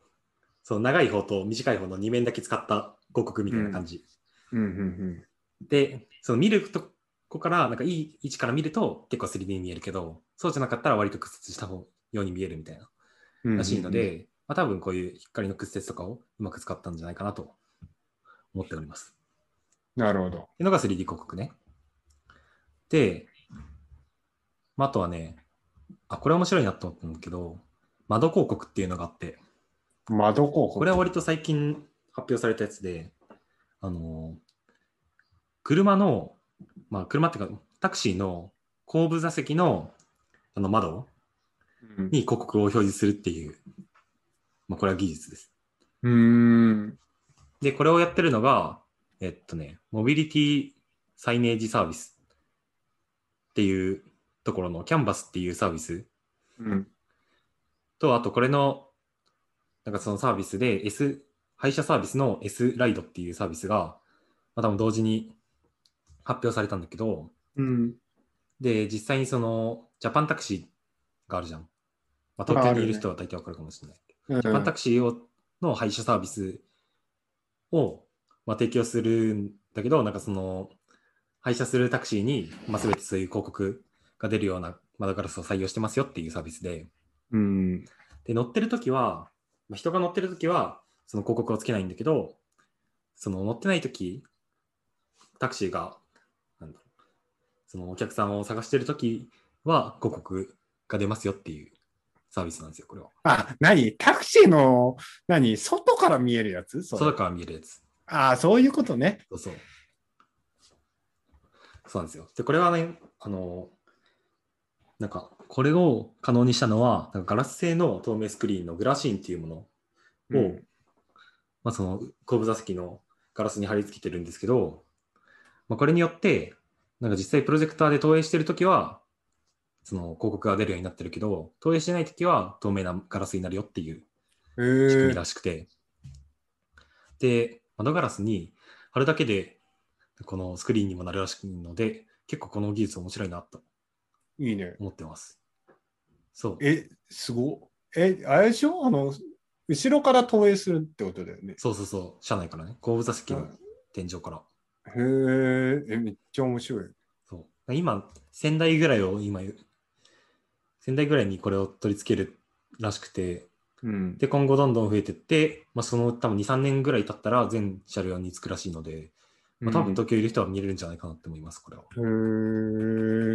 その長い方と短い方の2面だけ使った広告みたいな感じ。
うんうん
で、その見るとこから、なんかいい位置から見ると結構 3D に見えるけど、そうじゃなかったら割と屈折した方ように見えるみたいな
うん。
らしいので、まあ、多分こういう光の屈折とかをうまく使ったんじゃないかなと思っております。
うんうん、なるほど。
っていうのが 3D 広告ね。で、まあ、あとはね、あ、これ面白いなと思ったんだけど、窓広告っていうのがあって、
窓広告。
これは割と最近発表されたやつで、あの、車の、まあ、車っていうか、タクシーの後部座席のあの窓
うん
に広告を表示するっていう、まあ、これは技術です。
うーん。
で、これをやってるのが、えっとね、モビリティサイネージサービスっていうところのキャンバスっていうサービス
うん。
と、あとこれの、なんかそのサービスで S、配車サービスの S ライドっていうサービスが、まあ、多分同時に発表されたんだけど、
うん。
で、実際にその、ジャパンタクシーがあるじゃん。
あ
まあ、
あ
東京
る
にい
ね
る人は大体わかるかもしれない。
うん
ジャパンタクシーをの配車サービスを、まあ、提供するんだけど、なんかその、配車するタクシーに、まあ、全てそういう広告が出るような窓ガラスを採用してますよっていうサービスで、
うん。
で、乗ってる時は、まあ、人が乗ってる時は、その広告をつけないんだけど、その乗ってない時タクシーが、なんだろうそのお客さんを探してる時は、広告が出ますよっていうサービスなんですよ、これは。
あ、何タクシーの、何外から見えるやつそれ
外から見えるやつ。
ああ、そういうことね。
そうそう。そうなんですよ。で、これはね、あの、なんか、これを可能にしたのは、なんかガラス製の透明スクリーンのグラシーンっていうものを、
うん
まあ、その後部座席のガラスに貼り付けてるんですけど、まあ、これによって、なんか実際プロジェクターで投影してるときは、その広告が出るようになってるけど、投影してないときは透明なガラスになるよっていう
へ
仕組み
ー
らしくて、で窓ガラスに貼るだけでこのスクリーンにもなるらしいので結構この技術面白いなと
いいね。
思ってますそう
え、すごえ、あれでしょあの、後ろから投影するってことだよね。
そうそうそう車内からね後部座席の天井から、
へーえ、めっちゃ面白い。
そう今仙台ぐらいを今仙台ぐらいにこれを取り付けるらしくて
うん。
で今後どんどん増えてって、まあ、その多分23年ぐらい経ったら全車両につくらしいので、まあ、多分東京いる人は見れるんじゃないかなって思いますこれは
うんへ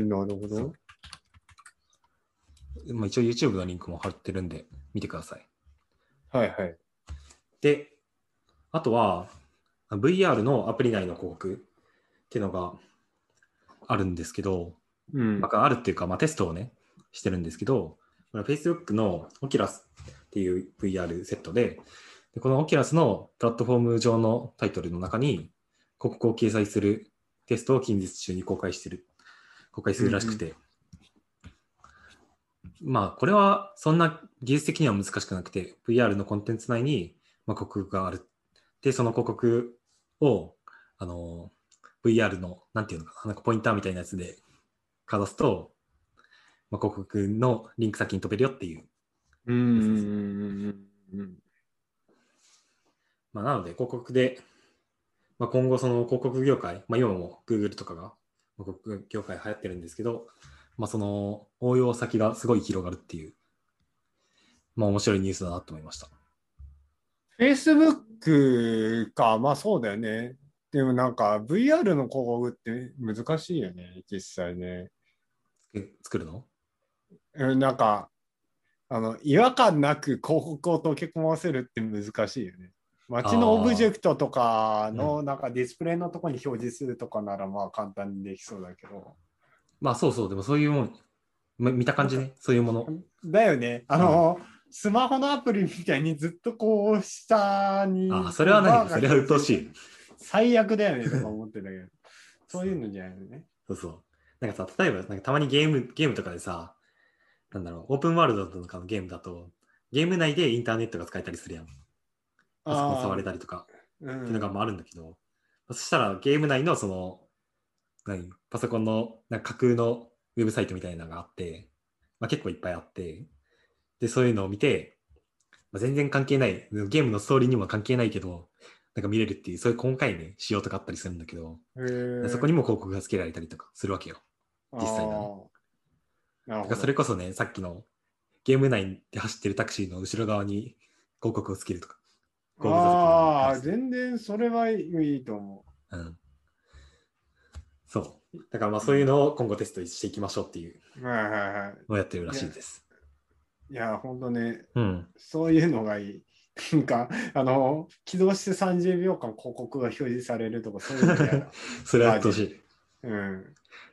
ーなるほど。
まあ、一応 YouTube のリンクも貼ってるんで、見てください。
はいはい。
で、あとは、VR のアプリ内の広告っていうのがあるんですけど、
うん
まあ、あるっていうか、まあ、テストをね、してるんですけど、これは Facebook の Oculus っていう VR セットで、でこの Oculus のプラットフォーム上のタイトルの中に、広告を掲載するテストを近日中に公開してる、公開するらしくて、まあ、これはそんな技術的には難しくなくて、VR のコンテンツ内に、まあ、広告がある。で、その広告を、あの、VR の、なんていうのかな、なんかポインターみたいなやつでかざすと、まあ、広告のリンク先に飛べるよっていう。
うんうんうんうん
まあ、なので、広告で、まあ、今後その広告業界、まあ、今も Google とかがまあ広告業界流行ってるんですけど、まあ、その応用先がすごい広がるっていう、まあ、面白いニュースだなと思いました。
Facebook か、まあそうだよね。でもなんか VR の広告って難しいよね、実際ね。
え作るの
うんなんか、あの、違和感なく広告を溶け込ませるって難しいよね。街のオブジェクトとかのなんかディスプレイのとこに表示するとかならまあ簡単にできそうだけど。
まあ、そうそう、でもそういうもん、ま見た感じね、そういうもの。
だよね。あの、スマホのアプリみたいにずっとこう下に。
ああ、それは
バー
何
が
それは鬱陶しい。
最悪だよねとか思ってたけ ど、そういうのじゃないのね。
そうそう。なんかさ、例えば、なんかたまにゲーム、ゲームとかでさ、なんだろう、オープンワールドとかのゲームだと、ゲーム内でインターネットが使えたりするやん。パソコン触れたりとか、
う
っていうの
ん
がまああるんだけど、そしたらゲーム内のその、何、パソコンのなんか架空のウェブサイトみたいなのがあって、まあ、結構いっぱいあって、で、そういうのを見て、まあ、全然関係ない、ゲームのストーリーにも関係ないけど、なんか見れるっていう、そういう細かいね、仕様とかあったりするんだけど、
へ
そこにも広告がつけられたりとかするわけよ。実際はね
なる
だ
ほ
か
ど。
らそれこそね、さっきのゲーム内で走ってるタクシーの後ろ側に広告をつけるとか。後部座席に
ああ、全然それはいいと思
うん。そう。だからまあそういうのを今後テストしていきましょうっていう
う。はいはいは
のをやってるらしいです。
い。いや、ほんとね、
うん。
そういうのがいい。なんか、 あの、起動して30秒間広告が表示されるとか、そういうの嫌 だ
それはやってほしい。
うん。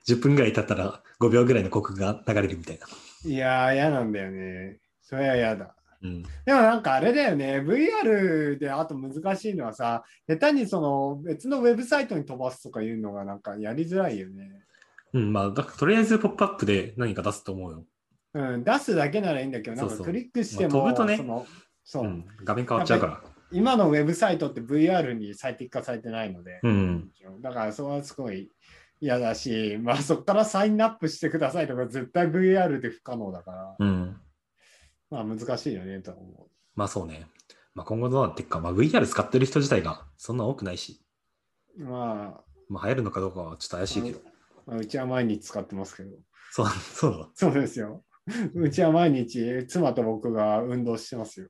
10分ぐらい経ったら5秒ぐらいの広告が流れるみたいな。
いやー、嫌なんだよね。それは嫌だ。
うん。
でもなんかあれだよね、VR であと難しいのはさ、下手にその別のウェブサイトに飛ばすとかいうのがなんかやりづらいよね。
うん、まあ、だからとりあえずポップアップで何か出すと思うよ。
うん、出すだけならいいんだけど、なん
そ
か
うそう
クリックしても、
まあ飛ぶとね
そのそう、
うん。画面変わっちゃうから。
今のウェブサイトって VR に最適化されてないので、
うん。
だからそれはすごい嫌だし、まあそこからサインアップしてくださいとか絶対 VR で不可能だから、
うん。
まあ難しいよねとは思
まあそうね。まあ今後どうなっていくか、まあ VR 使ってる人自体がそんな多くないし、
う。ま
まあ流行るのかどうかはちょっと怪しいけど。
あ、まあ、うちは毎日使ってますけど。
そう、そうなの
そうですよ。うちは毎日、妻と僕が運動してますよ。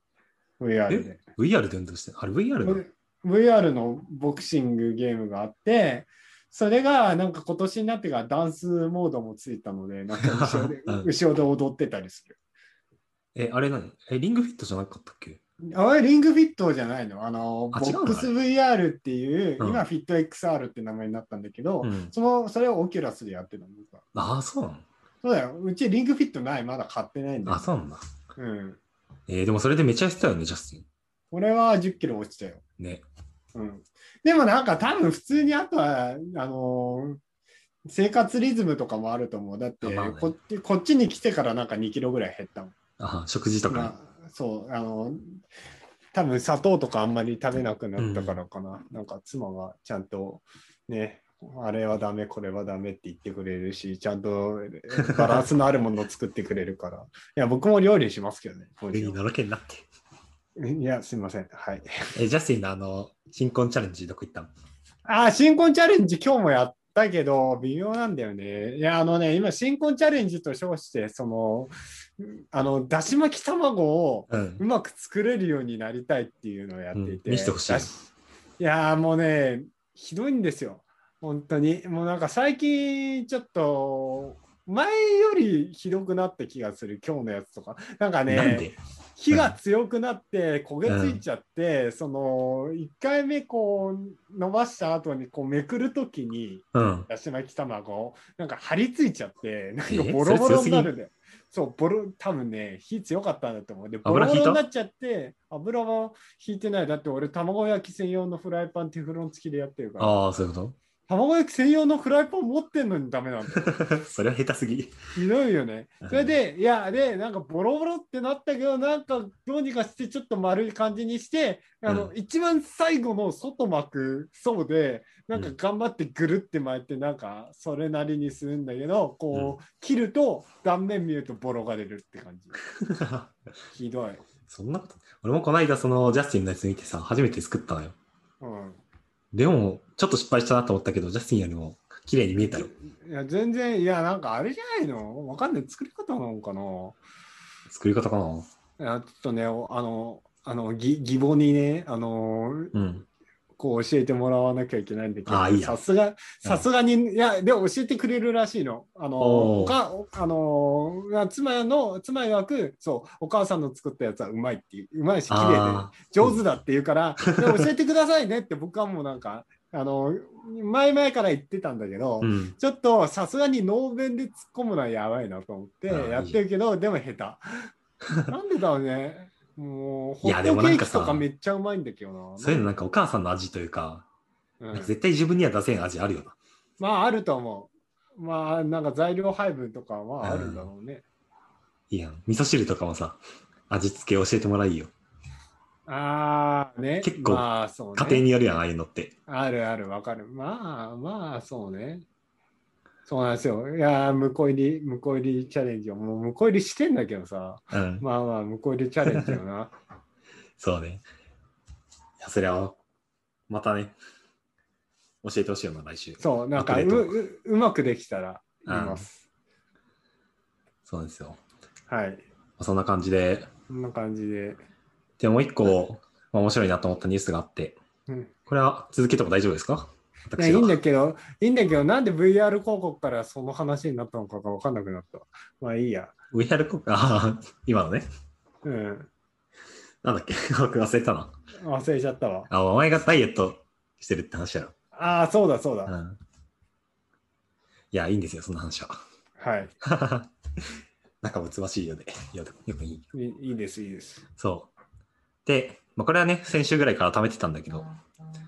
VR で。
VR で運動してるあれ VR なの
VR のボクシングゲームがあって、それがなんか今年になってからダンスモードもついたので、なんか後ろで
うん
後ろで踊ってたりする。
え、あれ何え、リングフィットじゃなかったっけ
あれ、リングフィットじゃないのあの、
あ
ボ
違うの
ックス VR っていう、
うん
今フィット XR って名前になったんだけど、
うん。
その、それをオキュラスでやってたの。僕は
ああ、そうな
そうだよ。うちリングフィットない。まだ買ってないんだよ
のあ、そうなんだ。
うん。
えーでもそれでめちゃ痩せたよね、ジャスティ
俺は10キロ落ちたよ。
ン。ね。
うんでもなんか多分普通にあとはあのー生活リズムとかもあると思う。だって
あまあね
こっちこっちに来てからなんか2キロぐらい減ったもん。
あー食事とかね、
まあそうあのー多分砂糖とかあんまり食べなくなったからかな。なんか妻がちゃんとねあれはダメこれはダメって言ってくれるしちゃんとバランスのあるものを作ってくれるから。いや僕も料理しますけどね。も
上
ち
にのろけになって。
ろんいやすいません。はい。
えジャスティンのあの、新婚チャレンジどこ行ったの
あー新婚チャレンジ今日もやったけど微妙なんだよね。いやあのね今新婚チャレンジと称してそのあのだし巻き卵を
うん
う。まく作れるようになりたいっていうのをやっていて、
うん見せてほしい
だいやーもうねひどいんですよ本当にもうなんか最近ちょっと前よりひどくなった気がする今日のやつとかなんかね
なんで
火が強くなって焦げついちゃって、その1回目こう伸ばした後にこうめくるときに
うん。
だし巻き卵なんか張り付いちゃってなん
え
かボロボロ
それ強
に
すぎ
なるんだよそうボロ多分ね火強かったんだと思うでボロ
油
ボ
引
ロ
いた
になっちゃって油は引いてないだって俺卵焼き専用のフライパンテフロン付きでやってるから
ああ、そういうこ
卵焼き専用のフライパン持ってんのにダメなんだよ
と それは下手すぎ。
ひどいよね
う。ん
それで、いや、で、なんかボロボロってなったけど、なんかどうにかしてちょっと丸い感じにして、あの、
う
一番最後の外巻くそうで、なんか
うん
頑張ってぐるって巻いて、なんかそれなりにするんだけど、こう、切ると断面見るとボロが出るって感じ。ひどい。
そんなこと。俺もこの間、その、ジャスティンのやつ見てさ、初めて作ったのよ。
うん。
でも、ちょっと失敗したなと思ったけど、ジャスティンよりも綺麗に見えたよ。
いや、全然、いや、なんかあれじゃないのわかんない。作り方なのかな
作り方かな。
いや、ちょっとね、おあの、あの、ぎ義母にね、あの、
うん。
こう教えてもらわなきゃいけないんだけ
ああい
ど、
いや
さすが、さすがに、いや、でも教えてくれるらしいの。あの、
おー
おかあのー、妻の、妻曰く、そう、お母さんの作ったやつはうまいっていう、うまいし、綺麗
あ
で、上手だって言うから、で教えてくださいねって僕はもうなんか、あの、前々から言ってたんだけど、
あ。うん。
ちょっとさすがに能弁で突っ込むのはやばいなと思って
ああ
やってるけど、でも下手。なんでだろうね。もう、ホ
いや
ッ
で
ト
も
ケ
なん
ー
か
キ
さ
とかめっちゃうまいんだけどな。
そういうのなんかお母さんの味というか、
うん
なんか絶対自分には出せん味あるよな。
まああると思う。まあなんか材料配分とかはあるんだろうね。
いいやん。味噌汁とかもさ、味付け教えてもらいいよ。
ああね。
結構
まあそうね、
家庭によるやん、ああいうのって。
あるあるわかる。まあまあそうね。そうなんですよ。いやー、向こう入り、向こう入りチャレンジを、もう向こう入りしてんだけどさ。
うん。
まあ まあ、向こう入りチャレンジよな。
そうね。いや、それは、またね、教えてほしいよな、来週。
そう、なんか
アッ
う
プデート
ううまくできたら言います。
そうなんですよ。
はい。
そんな感じで、
こんな感じで。
でもう一個、まあ、面白いなと思ったニュースがあって、
うん
これは続けても大丈夫ですか
いやいいんだけど、いいんだけど、なんで VR 広告からその話になったのかが分かんなくなった。まあいいや。
VR 国家、あー今のね、
うん。
なんだっけ、 忘れたな。
忘れちゃったわ。
あ、お前がダイエットしてるって話だよ。
ああ、そうだそうだ。
うん。いや、いいんですよ、そんな話は。
はい。
なんかもつましいよね。よよくいい。
いいいです、いいです。
そう。で、まあ、これはね、先週ぐらいから貯めてたんだけど、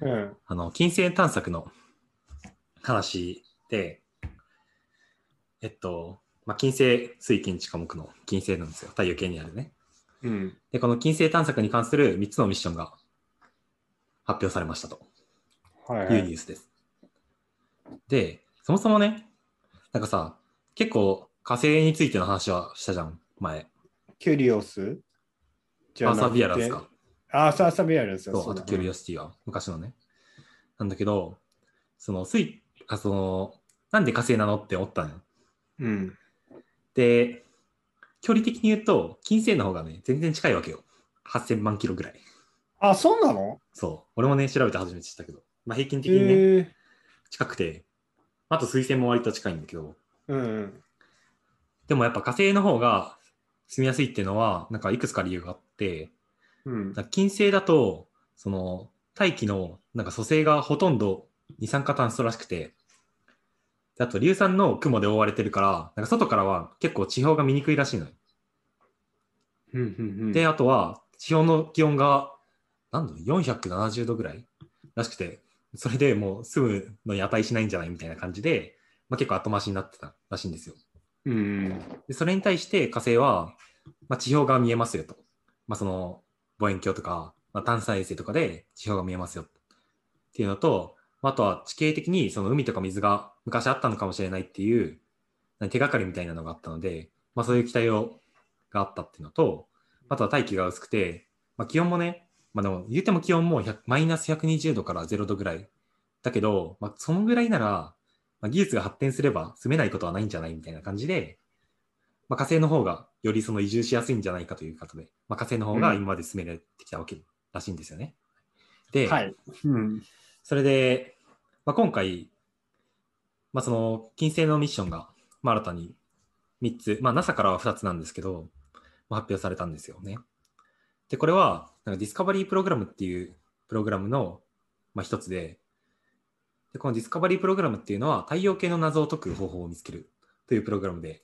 うん。
あの、金銭探索の話で、えっと、まあ、金星水金地科目の金星なんですよ。太陽系にあるね。
うん。
で、この金星探索に関する3つのミッションが発表されましたと
はい、は
いうニュ
い。
ースです。で、そもそもね、なんかさ、結構火星についての話はしたじゃん、前。
キュリオスじ
パ
ゃ
ー
なくて
サビアランスか。
あーサーサビアランス
そう、あとキュリオ
ス。
シティは、昔のね。なんだけど、その、水、あ、その、なんで火星なのって思ったのよ。
うん。
で、距離的に言うと、金星の方がね、全然近いわけよ。8000万キロぐらい。
あ、そうなの
そう。俺もね、調べて初めて知ったけど、まあ平均的にね、
えー、
近くて、あと水星も割と近いんだけど、
うん。
でもやっぱ火星の方が住みやすいっていうのは、なんかいくつか理由があって、
うん。
なんか金星だと、その、大気の、なんか組成がほとんど二酸化炭素らしくて、であと、硫酸の雲で覆われてるから、なんか外からは結構地表が見にくいらしいのよ。
うんうん
で、あとは、地表の気温が、なんだろう、470度ぐらいらしくて、それでもう住むのに値しないんじゃないみたいな感じで、まあ、結構後回しになってたらしいんですよ。
うん。うん。
で、それに対して火星は、まあ、地表が見えますよと。まあ、その望遠鏡とか、まあ、探査衛星とかで地表が見えますよっていうのと、まああとは地形的にその海とか水が昔あったのかもしれないっていうなんか手がかりみたいなのがあったので、まあ、そういう期待をがあったっていうのと、あとは大気が薄くて、まあ、気温もね、まあ、でも言うても気温も100マイナス120度から0度ぐらいだけど、まあ、そのぐらいなら、まあ、技術が発展すれば住めないことはないんじゃないみたいな感じで、まあ、火星の方がよりその移住しやすいんじゃないかということで、まあ、火星の方が今まで進められてきたわけらしいんですよね。で、
はい。うん。
それで、まあ、今回、まあ、その金星のミッションが、まあ、新たに3つ、まあ、NASA からは2つなんですけど、まあ、発表されたんですよね。で、これはなんかディスカバリープログラムっていうプログラムの、まあ、1つでで、このディスカバリープログラムっていうのは太陽系の謎を解く方法を見つけるというプログラムで、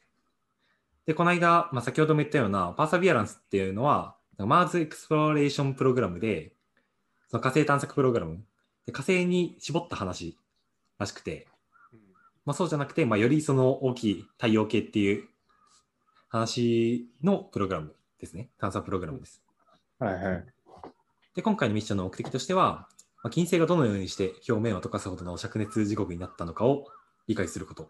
で、この間、まあ、先ほども言ったようなパーサビアランスっていうのは、マーズエクスプローレーションプログラムで、その火星探索プログラムで火星に絞った話らしくて、まあ、そうじゃなくて、まあ、よりその大きい太陽系っていう話のプログラムですね。探査プログラムです。
はいはい。
で、今回のミッションの目的としては、まあ、金星がどのようにして表面を溶かすほどの灼熱地獄になったのかを理解すること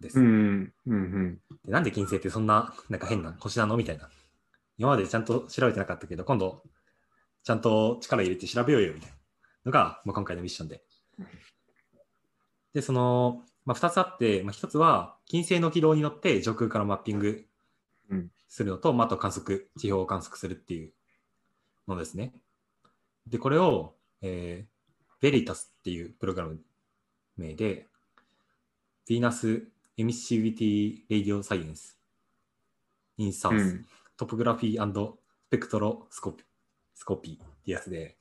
です。
うん。うんうん。
でなんで金星ってそんななんか変な星なのみたいな。今までちゃんと調べてなかったけど、今度ちゃんと力入れて調べようよみたいなのが、まあ、今回のミッションで。で、その、まあ、2つあって、まあ、1つは金星の軌道に乗って上空からマッピング
うん
するのと、まあ、あと観測、地表を観測するっていうのですね。で、これを、えー、Veritas っていうプログラム名で、ヴィーナス・エミッシビティ・レディオ・サイエンス・イン・サウス、
うん
トポグラフィースペクトロスコピスコピーってやつで、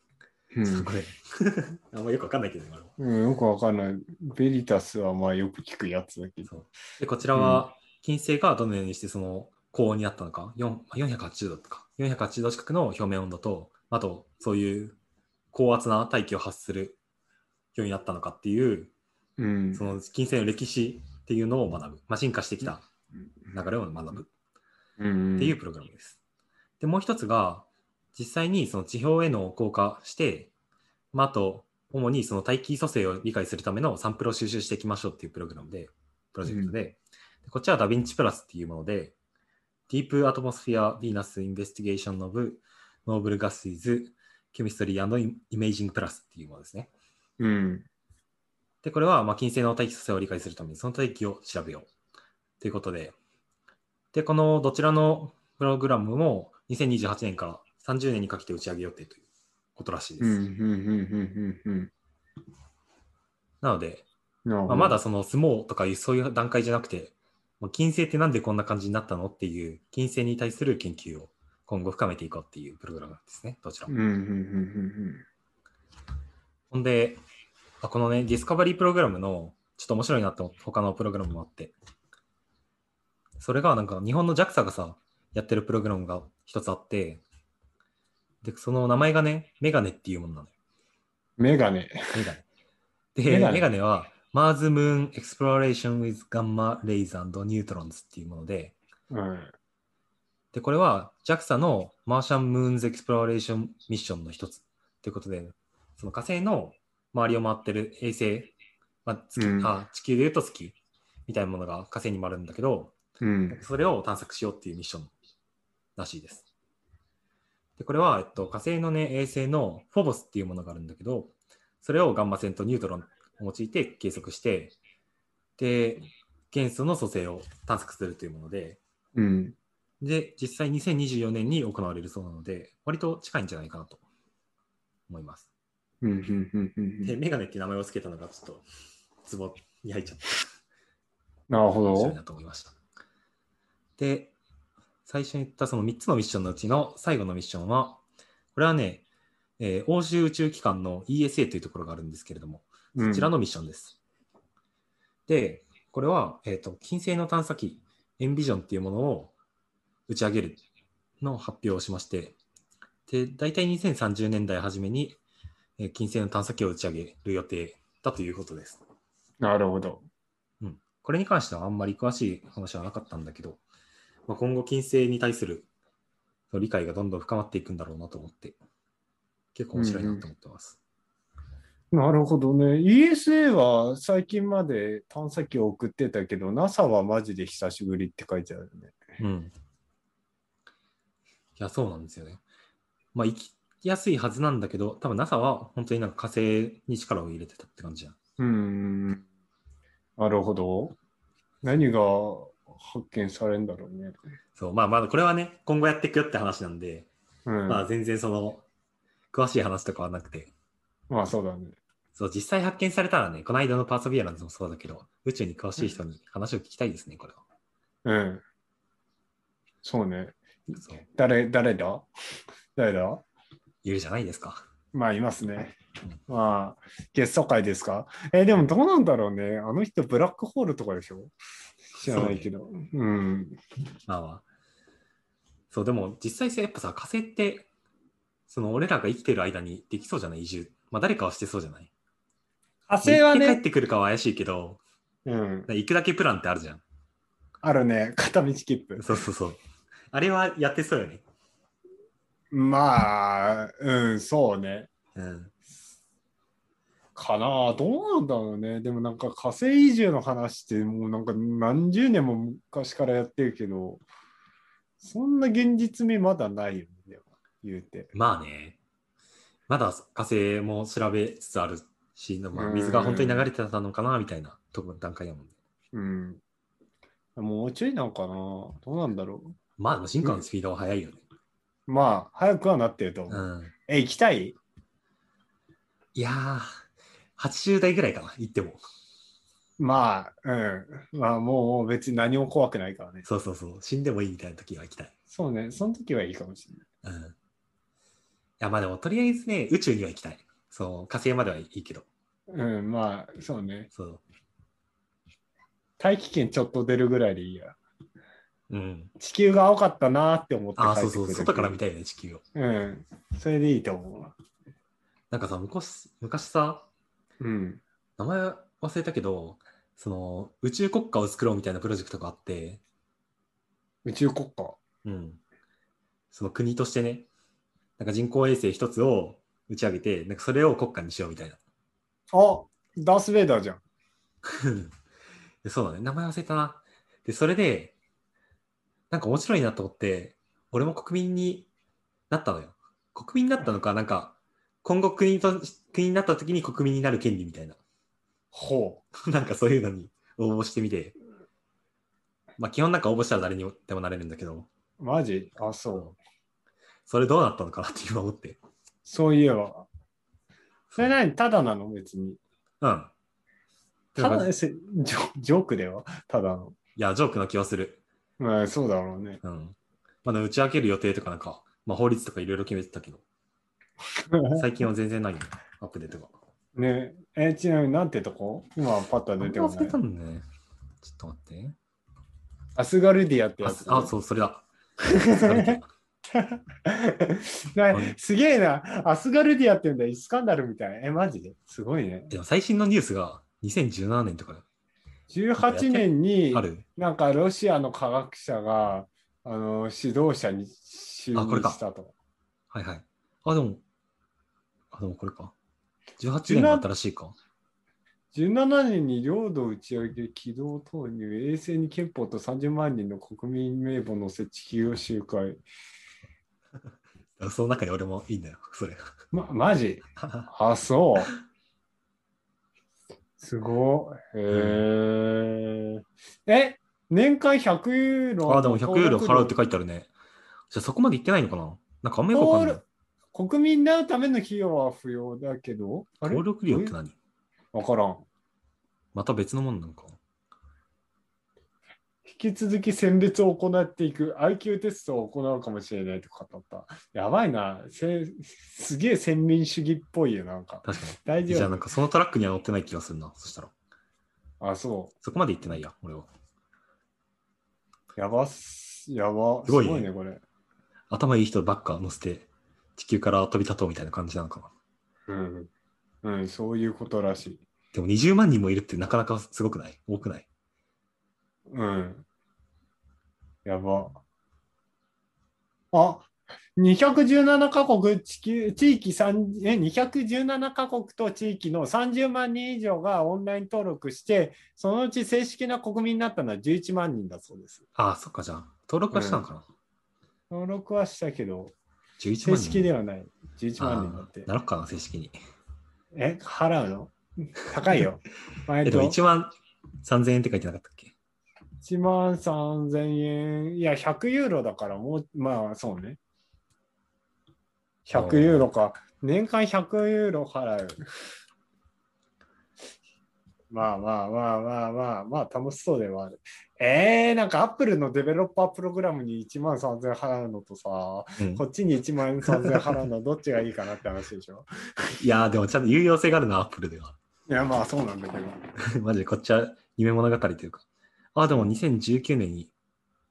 うん
これ、 あんまよくわかんないけどね、これも
うん、よくわかんない。ベリタスはまあよく聞くやつだけど。
そうでこちらは、金星がどのようにしてその高温になったのか、4 480度とか、480度近くの表面温度と、あと、そういう高圧な大気を発するようになったのかっていう、
うん
その金星の歴史っていうのを学ぶ、まあ、進化してきた流れを学ぶ
うん
っていうプログラムです。で、もう一つが、実際にその地表への降下して、まあ、あと、主にその大気組成を理解するためのサンプルを収集していきましょうっていうプログラムで、プロジェクトで、でこっちはダヴィンチプラスっていうもので、Deep Atmosphere Venus Investigation of Noble Gases ケミストリーイメージングプラスっていうものですね。
うん。
で、これは、まあ、金星の大気組成を理解するために、その大気を調べよう。ということで、で、このどちらのプログラムも、2028年から30年にかけて打ち上げ予定ということらしいです。
うん。うん。うん。うん。うん。
なので、
なるほ
ま
ど
あ、まだその相撲とかいうそういう段階じゃなくて、もう金星ってなんでこんな感じになったのっていう、金星に対する研究を今後深めていこうっていうプログラムですね、どちら
う
も。
ん。うん。うん。
ほんで、あこのね、ディスカバリープログラムの、ちょっと面白いなって思った他のプログラムもあって、それがなんか日本の JAXA がさ、やってるプログラムが一つあって、で、その名前がね、メガネっていうものなのよ。
メガネ。
メガネ。
メ
で、
ガネ
メガネは、マーズムーンエクスプロレーション with ガンマレイズ and ニュートロンズっていうもので、
うん。
で、これは JAXA のマーシャンムーンズエクスプロレーションミッションの一つということで、その火星の周りを回ってる衛星、まあ月
うん
あ地球でいうと月みたいなものが火星にもあるんだけど、
うん。
それを探索しようっていうミッションらしいです。で、これは、えっと、火星のね、衛星のフォボスっていうものがあるんだけど、それをガンマ線とニュートロンを用いて計測して、で、元素の組成を探索するというもので、
うん。
で、実際2024年に行われるそうなので、割と近いんじゃないかなと思います。
うん。うん。うん。うん
で、メガネって名前を付けたのがちょっと、ツボに入っちゃった。
なるほ
面白い
ど。
なと思いました。で、最初に言ったその3つのミッションのうちの最後のミッションは、これはね、えー欧州宇宙機関の ESA というところがあるんですけれども、
うん
こちらのミッションです。で、これは、えー、と金星の探査機、エンビジョンっていうものを打ち上げるのを発表をしまして、で、大体2030年代初めに、えー金星の探査機を打ち上げる予定だということです。
なるほど。
これに関してはあんまり詳しい話はなかったんだけど、まあ、今後、金星に対するその理解がどんどん深まっていくんだろうなと思って、結構面白いなと思ってます。
なるほどね。ESA は最近まで探査機を送ってたけど、NASA はマジで久しぶりって書いてあるね。
うん。いや、そうなんですよね。まあ、行きやすいはずなんだけど、多分 NASA は本当になんか火星に力を入れてたって感じじゃん。
うん。なるほど。何が発見されるんだろうね。
そう、まあ、まだこれはね、今後やっていくよって話なんで、
うん。
まあ、
ま
全然その、詳しい話とかはなくて、
あそうだね。
そう、実際発見されたらね、この間のパーソビアランスもそうだけど、宇宙に詳しい人に話を聞きたいですね、これは。
うん。そうね。
そう、
誰、誰だ 誰だ
いるじゃないですか。
まあ、いますね。まあ、ゲスト会ですかえーでもどうなんだろうね。あの人、ブラックホールとかでしょ知らないけど。うん。
まあまあ。そう、でも実際さ、やっぱさ、火星って、その俺らが生きてる間にできそうじゃない移住。まあ誰かはしてそうじゃない。
火星は
行って帰
ね
っ、てくるかは怪しいけど、
うん。
行くだけプランってあるじゃん。
あるね。片道切符。
そうそうそう。あれはやってそうよね。
まあ、うん、そうね。
うん。
かなあどうなんだろうね。でもなんか火星移住の話ってもうなんか何十年も昔からやってるけど、そんな現実味まだないよね。でも言うて。
まあね。まだ火星も調べつつあるし、まあ、
うん
水が本当に流れてたのかなみたいなとこ段階だもんね。
うん。もうちょいなんかなどうなんだろ
まあでも進化のスピードは速いよね。
う。まあ、早くはなってると思
う
う。
ん。
え、行きたい
いやー、80代ぐらいかな、行っても。
まあ、うん。まあ、もう別に何も怖くないからね。
そうそうそう、死んでもいいみたいな時は行きたい。
そうね。その時はいいかもしれない。
うん。いや、まあでも、とりあえずね、宇宙には行きたい。そう、火星まではいいけど。
うん、まあ、そうね。
そう。
大気圏ちょっと出るぐらいでいいや。
うん。
地球が青かったなーって思って帰っ
ああ、
て
そ
く
う
る
そう、外から見たいよね、地球を。
うん。それでいいと思うわ。
なんかさ、昔昔さ、
うん。
名前忘れたけど、その、宇宙国家を作ろうみたいなプロジェクトがあって、
宇宙国家。
うん。その国としてね、なんか人工衛星一つを打ち上げて、なんかそれを国家にしようみたいな。
あダース・ベイダーじゃん。
でそうだね、名前忘れたな。で、それで、なんか面白いなと思って、俺も国民になったのよ。国民になったのか、なんか、今後国と国になった時に国民になる権利みたいな、
ほう。
なんかそういうのに応募してみて、まあ基本なんか応募したら誰にでもなれるんだけど、
マジあ、そう。
それどうなったのかなって今思って。
そういえば。それ何ただなの別に。
うん。
ただせジョジョークではただの。
いや、ジョークの気はする。
まあ、そうだろうね。
うん。まだ打ち明ける予定とかなんか、まあ、法律とかいろいろ決めてたけど、最近は全然ないよ、アップデートが。
ねえ、ちなみになんてとこ今パッとは出てこ
忘れた
ない。
んだね。ちょっと待って。
アスガルディアってや
あ
つ。、
あそう、それだ。 疲れてる
なすげえな。アスガルディアって言うんだ。イスカンダルみたい。え、マジですごいね。
でも最新のニュースが2017年とか
18年に
あ、る。
なんかロシアの科学者が、あの、指導者に就
あこ
任
れか
したと。
はいはい。あ、でも、あ、でもこれか。18年が新しいか。
17年に領土打ち上げ、軌道投入、衛星に憲法と30万人の国民名簿の設置企業集会。
その中に俺もいいんだよ、それ。
ま、マ ジあ、そう。 すごい。へーえ、年間100ユーロ。
あ、でも100ユーロ払うって書いてあるね。じゃあそこまでいってないのかななんかあんまよくわかんない。
国民になるための費用は不要だけど、あれ
登録料って何
わからん。
また別のもんなのか。
引き続き選別を行っていく IQ テストを行うかもしれないと語った。やばいな。せすげえ先民主義っぽいよ、なんか。
確かに。
大
じゃあ
丈
なんかそのトラックには乗ってない気がするな。そしたら。
夫。あ、そ
そこまで行ってないや、俺は。
う。やばっす。やば。
すごいね
ね、これ。
頭いい人ばっか乗せて、地球から飛び立とうみたいな感じなのかな。
うん。うん、そういうことらしい。
でも20万人もいるってなかなかすごくない多くない
うん。やば。あ、217カ国、地球、地域3、え、217カ国と地域の30万人以上がオンライン登録して、そのうち正式な国民になったのは11万人だそうです。
ああ、そっかじゃあ。登録はしたのかな、
登録はしたけど、
?11
正
万人。
式ではない。11
あ
万
あ
人だって。
なろっかな、正式に。
え、払うの高い よ。毎
え、で
度
も1万3000円って書いてなかったっけ
1万3000円。いや、100ユーロだから、もう、まあ、そうね。100ユーロか。年間100ユーロ払う。まあまあまあまあまあ、まあ、楽しそうではある。えー、なんかアップルのデベロッパープログラムに1万3000円払うのとさ、こ
うん
っちに1万3000円払うのどっちがいいかなって話でしょ。
いやー、でもちゃんと有用性があるな、アップルでは。
いや、まあそうなんだけど。
マジでこっちは夢物語というか。ああ、でも2019年に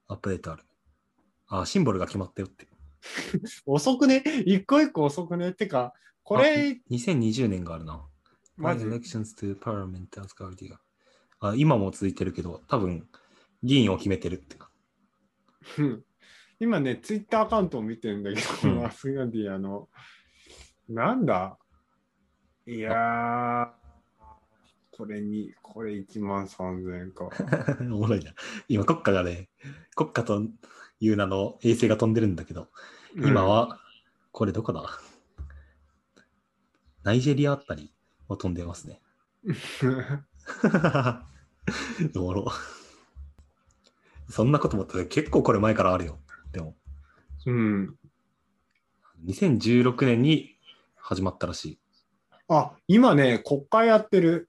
アップデートある。ああ、シンボルが決まったよって。
遅くね一個一個遅くねってか、これ、
2020年があるな。
マジ
My elections to parliament as g u a r d i a あ今も続いてるけど、多分議員を決めてるってか。
うん今ね、ツイッターアカウントを見てるんだけど、
うん
アスガディアの、なんだいやー、これに、これ1万3000円か。
おもろいな。今、国家がね、国家という名の衛星が飛んでるんだけど、今は、これどこだナイジェリアあたりを飛んでますね。
うん、
おもろ。そんなこともって結構これ前からあるよ。でも、
うん。
2016年に始まったらしい。
あ、今ね、国会やってる。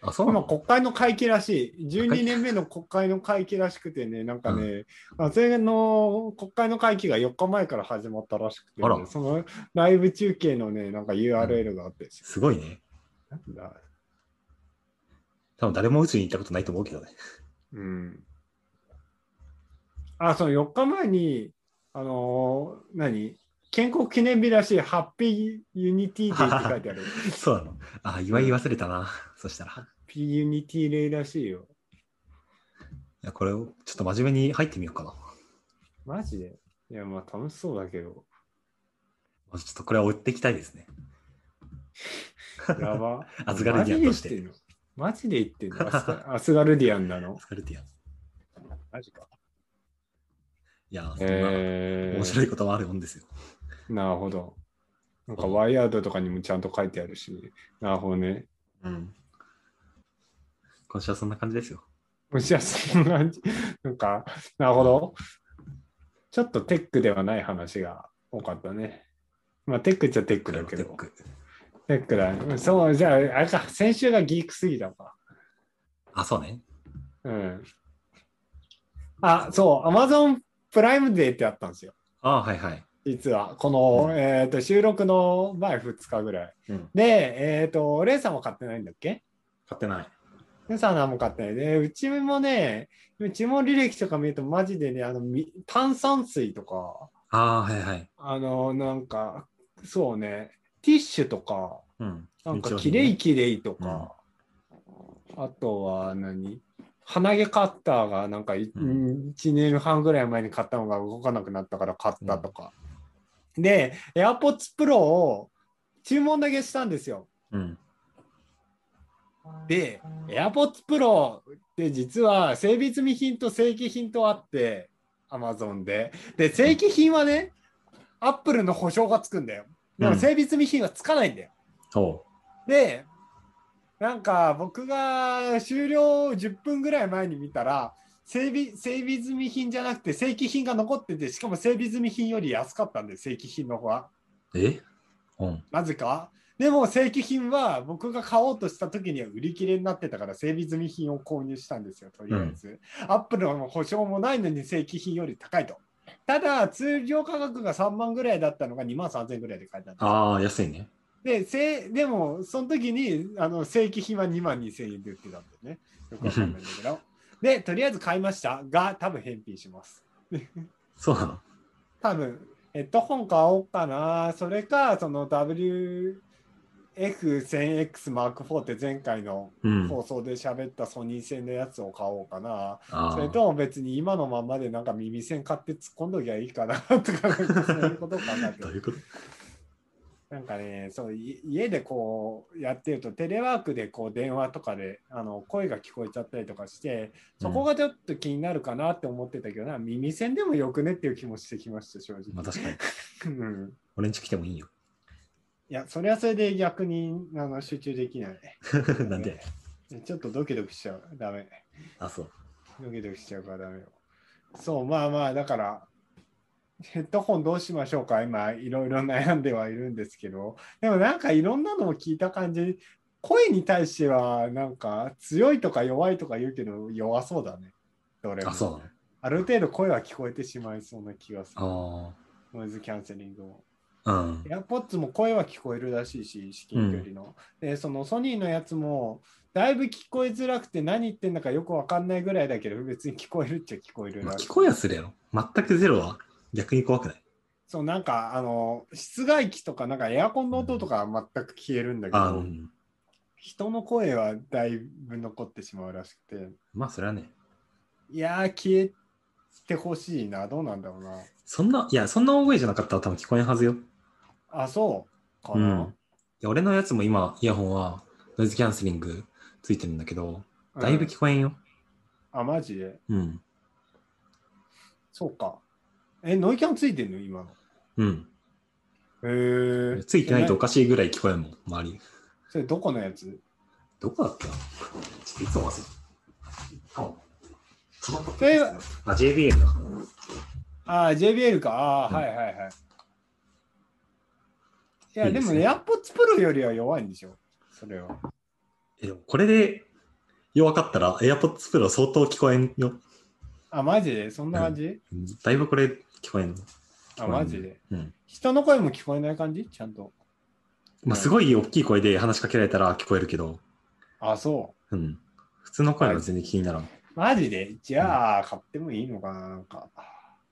あ、そうな
今、
の
国会の会期らしい。
会期
12年目の国会の会期らしくてね、なんかね、あそれの国会の会期が4日前から始まったらしくてね、
あら
そのライブ中継のね、なんか URL があって、
すごいね。
なんだ
多分誰も宇宙に行ったことないと思うけどね。
うん。あ、そう、4日前に、あのー何建国記念日らしい、ハッピーユニティデーって書い てある。ハ
そうなの。あ、祝い忘れたな。そしたら。い
ッピーユニティデーらしいよ。
や、これをちょっと真面目に入ってみようかな。
マジでいや、まあ楽しそうだけど。
ちょっとこれは追っていきたいですね。。
やば
アスガルディアンとして
マジで言ってんのマジで言ってんのアス ガアスガルディアンなの
疲れてやん。い
マジか。
や、そんな
えー、
面白いこともあるもんですよ。
なるほど。なんかワイヤードとかにもちゃんと書いてあるし、なるほどね。
うん。今週はそんな感じですよ。
むしろそんな感じ、なんか、なるほど。ちょっとテックではない話が多かったね。まあ、テックっちゃテックだけど。
テック
テックだね。そう、じゃあ、あれか、先週がギークすぎたのか。
あ、そうね。
うん。あ、そう、Amazon プライムデーってあったんですよ。
ああ、はいはい。
実は、この、えー、と収録の前2日ぐらい。
うん。
で、えっ、と、レイさんも買ってないんだっけ
買ってない。
で、サウナも買ったよね。うちもね、うちも履歴とか見ると、マジでね、あの、み炭酸水とか、
ああ、はいはい。
あの、なんか、そうね、ティッシュとか、
うん。
なんか、
日用
キ
品
レ
ね
イキレイとか、あとは何、鼻毛カッターが、なんか、い
うん
1年半ぐらい前に買ったのが動かなくなったから買ったとか。で、AirPods Pro を注文だけしたんですよ。
うん。
で、AirPods Pro って実は整備済み品と正規品とあって、Amazon で。で、正規品はね、Apple の保証がつくんだよ。でも
うん
整備済み品はつかないんだよ。
そ
で、なんか僕が終了10分ぐらい前に見たら、整備整備済み品じゃなくて正規品が残ってて、しかも整備済み品より安かったんで、正規品の方は。
う。えうん。
なぜかでも正規品は僕が買おうとした時には売り切れになってたから整備済み品を購入したんですよ、とりあえず。アップルの保証もないのに正規品より高いと。ただ、通常価格が3万ぐらいだったのが2万3000ぐらいで買えたんですよ
ああ、安いね。
でせでも、その時にあの正規品は2万2000円で売ってたんだよね。よくわかんないんだけど。で、とりあえず買いましたが、多分返品します。
そうなの。
多分ヘッドホン買おうかな。それか、その WF1000XM4 って前回の
うん。
放送で喋ったソニー製のやつを買おうかな。
ああ
それとも別に今のままでなんか耳栓買って突っ込んどきゃいいかなとか、そういうことを考えて
どういうこと
なんかね、そうい家でこうやってると、テレワークでこう電話とかであの声が聞こえちゃったりとかして、そこがちょっと気になるかなって思ってたけどな、耳栓でもよくねっていう気もしてきました、正直。
まあ確かに。
うん
俺んち来てもいいよ。
いや、それはそれで逆にあの集中できない。
なんで
ちょっとドキドキしちゃう。ダメ。
あ、そう。
ドキドキしちゃうからダメよ。そう、まあまあ、だから、ヘッドホンどうしましょうか今、いろいろ悩んではいるんですけど、でもなんかいろんなのを聞いた感じ、声に対しては、なんか強いとか弱いとか言うけど、弱そうだね。どれも
あ、そう
ある程度声は聞こえてしまいそうな気がする。
なの。
ノイズキャンセリングも。
ああ。うん。
AirPods も声は聞こえるらしいし、至近距離の。で、そのソニーのやつも、だいぶ聞こえづらくて、何言ってんだかよくわかんないぐらいだけど、別に聞こえるっちゃ聞こえる
ま
ら
あ、
しい
聞こえはするやろ。全くゼロは逆に怖くない。
そう、なんか、あの、室外機とか、なんかエアコンの音とかは全く消えるんだけ
ああ、う
ど、
ん。
人の声はだいぶ残ってしまうらしくて、
まあ、それはね。
いやー、消えてほしいな、どうなんだろうな。
そんな、いや、そんな大声じゃなかったら多分聞こえんはずよ。
あ、そうか
う
な。
ん。いや、俺のやつも今、イヤホンはノイズキャンセリングついてるんだけど、
うん
だいぶ聞こえんよ。
あ、マジで
うん。
そうか。え、ノイキャンついてんの今の。
うん。
へえ。
ついてないとおかしいぐらい聞こえんもん、周り。
それどこのやつ
どこだっけなちょっといつも忘れた。あ
それ
あ、JBL だ。
ああ、JBL か。ああ、
うん
はいはいはい。いや、
いい
で
です
も
ね
AirPods Pro よりは弱いんでしょ。それは。
え、でもこれで弱かったら AirPods Pro 相当聞こえんよ。
あ、マジでそんな感じ、
だいぶこれ聞こえんの。
あ、マジで。
うん。
人の声も聞こえない感じちゃんと。
まあ、すごい大きい声で話しかけられたら聞こえるけど、
あ、そ
うん。普通の声は全然気にならん。
う。マジでじゃあ、買ってもいいのかななんか。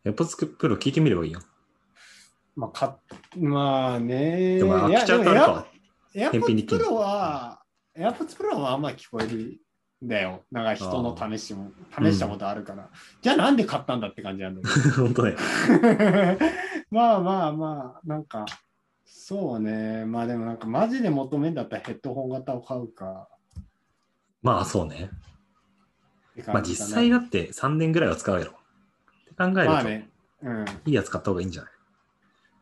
AirPods Pro 聞いてみればいいよ。
まあ、買っまあね。
でも、
い
飽
や
きちゃうとあれか。
エア
返
ポ
品
ッツ
で
プ
きる
ロは、エアポッツプロはまあまあ聞こえるんだよ。なんか人の試しも、
あー
試したことあるから。じゃあなんで買ったんだって感じなんだけ
本当ね。
ど。 まあまあまあ、なんか、そうね。まあでもなんかマジで求めんだったらヘッドホン型を買うか
まあ、そうね。
って
まあ、
感じか
実
な。
際だって3年ぐらいは使うやろ。って考えると、
まあね。うん。
いいやつ買った方がいいんじゃない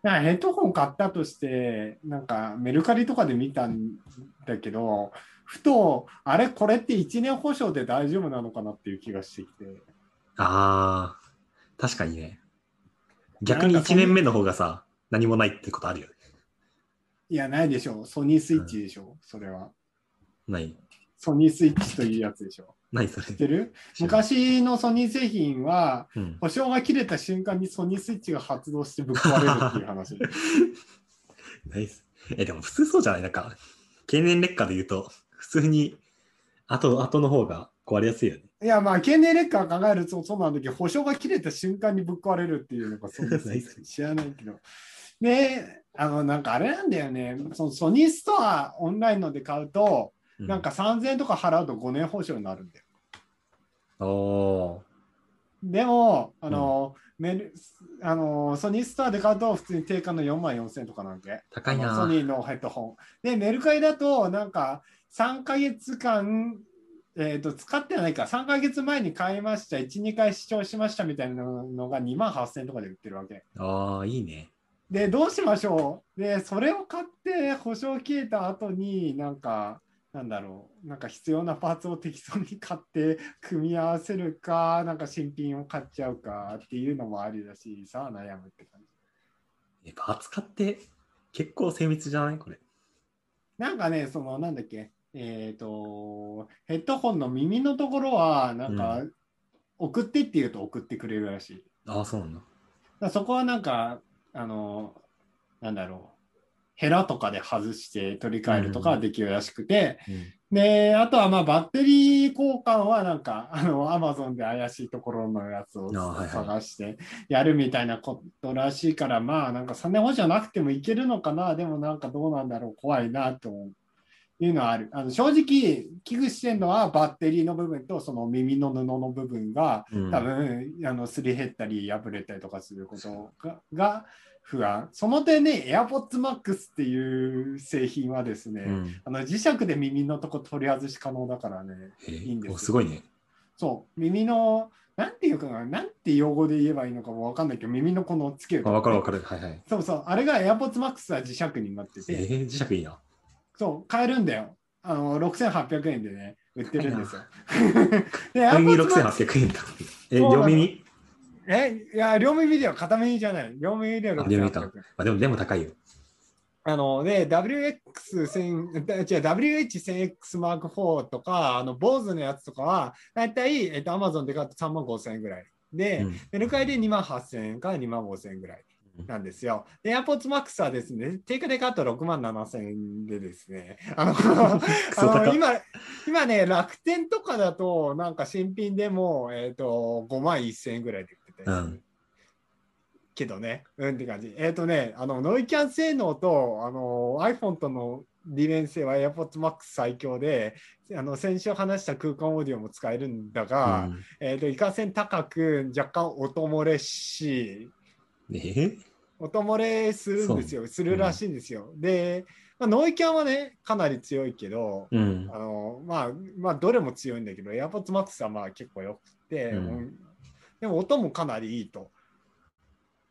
なんかヘッドホン買ったとして、なんかメルカリとかで見たんだけど、ふと、あれ、これって1年保証で大丈夫なのかなっていう気がしてきて。
あー、確かにね。逆に
なんかそ
1
ん
年目の方がさ、何もないってことあるよね。
いや、ないでしょう。ソニースイッチでしょう、それは。
ない。
ソニースイッチというやつでしょ
ないそれ
う。知っ。てる昔のソニー製品は、
うん。
保証が切れた瞬間にソニースイッチが発動してぶっ壊れるっていう話。
ないっす。え、でも普通そうじゃないなんか、経年劣化で言うと、普通に、後、後の方が壊れやすいよね。
いや、まあ、経年劣化を考えるとそうなんだけど、保証が切れた瞬間にぶっ壊れるっていうのがそうで
ないです
す。知らないけど。で、あの、なんかあれなんだよね、そのソニーストアオンラインので買うと、
う
なんか、3000円とか払うと5年保証になるんだよ。
おー、
でも、あの、メルあのソニーストアで買うと、普通に定価の4万4000円とかなんで、
高いな
ソニーのヘッドホン。で、メルカリだと、なんか3ヶ月間、えー、と使ってはないか、3ヶ月前に買いました、1、2回視聴しましたみたいなのが2万8000円とかで売ってるわけ。
あー、いいね。
で、どうしましょうで、それを買って、保証消えた後に、なんか、なんだろう、なんか必要なパーツを適当に買って、組み合わせるか、なんか新品を買っちゃうかっていうのもありだし、さあ悩むって感じ。
やっぱ扱って、結構精密じゃないこれ。
なんかね、その、なんだっけ、えっ、と、ヘッドホンの耳のところは、なんか、
う
送ってって言うと送ってくれるらしい。だか
ああ、そうなんだ。
らそこはなんか、あの、なんだろう、ヘラとかで外して取り替えるとかはできるらしくて、で、あとはまあバッテリー交換はなんか、 あの、アマゾンで怪しいところのやつを
あはいはい
探してやるみたいなことらしいから、まあなんか3年保証なくてもいけるのかな、でもなんかどうなんだろう、怖いなと思う。いうのはあるあの正直、危惧してるのはバッテリーの部分とその耳の布の部分が
うん。
多分、あのすり減ったり破れたりとかすることがが不安。その点ね、AirPods Max っていう製品はですね、
うん。
あの磁石で耳のとこ取り外し可能だからね。
えー
いいんですよ
おすごいね。
そう、耳の、なんていうかな、なんて用語で言えばいいのかもわかんないけど、耳のこのつける
あ
とこ
わかるわかる。はいはい。
そうそう、あれが AirPods Max は磁石になって
え
て、
ー、磁石いいな。
そう、買えるんだよ。あの、6800円でね、売ってるんですよ。 で、
小耳
AirPods Max
6800円だ。え、
そうなの
両耳
え、いや、両耳では片耳じゃない。両耳では
あ両耳
6800
か
円。
まあでも、でも高いよ。
あので WX1000 だ違う WH1000X マーク4とかあの BOSE のやつとかはだいたい、えっと、Amazon で買って3万5000円ぐらいで、
うん
メルカリで2万8000円から2万5000円ぐらいなんですよ。で AirPods Max はですね定価で買ったら6万7000円でですね あの
ク
あ
ソ高
の
っ
今今ね楽天とかだとなんか新品でも、えっと5万1000円ぐらいで売ってたりする
うん
けどね、うんって感じ。えっ、とね、あのノイキャン性能とあの iPhone との利便性は AirPods Max 最強で、あの先週話した空間オーディオも使えるんだが、
うん
えっ、といかんせん高く若干音漏れし、
えー
音漏れするんですよ、するらしいんですよ。で、まあ、ノイキャンはね、かなり強いけど、
うん
あ。のまあ、まあ、どれも強いんだけど、AirPods Max はまあ結構よくて、
うん
うんでも音もかなりいいと。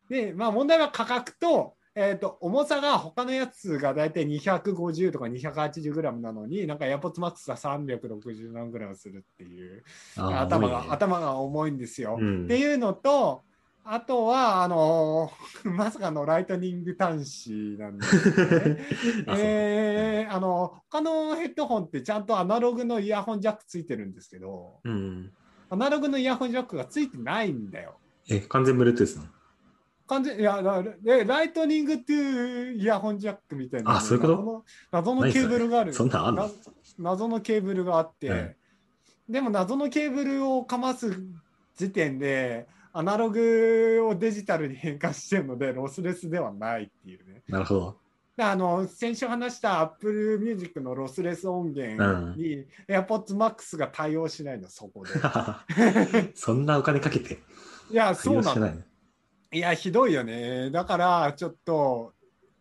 で、まあ問題は価格と、えっ、と、重さが他のやつがだいたい250とか 280g なのに、なんか AirPods Max は 360g ぐらいをするっていう、
あー
頭が、
重いね
頭が重いんですよ。
うん
っていうのと、あとは、あの まさかのライトニング端子なんですよ ね。
あそう
えーあの他のヘッドホンってちゃんとアナログのイヤホンジャックついてるんですけど
うん。
アナログのイヤホンジャックがついてないんだよ。
え、完全 Bluetooth なの
完全いやだでライトニングトゥイヤホンジャックみたいな
あそういうこと
謎の謎のケーブルがある
そんなんあん
な
の
謎のケーブルがあって、
え
でも謎のケーブルをかます時点でアナログをデジタルに変換してるのでロスレスではないっていうね。
なるほど。
だあの先週話した Apple Music のロスレス音 源に、AirPods Max が対応しないの、そこで。
そんなお金かけて、
い や、そうな
し
の。
ないの
いや、ひどいよね。だから、ちょっと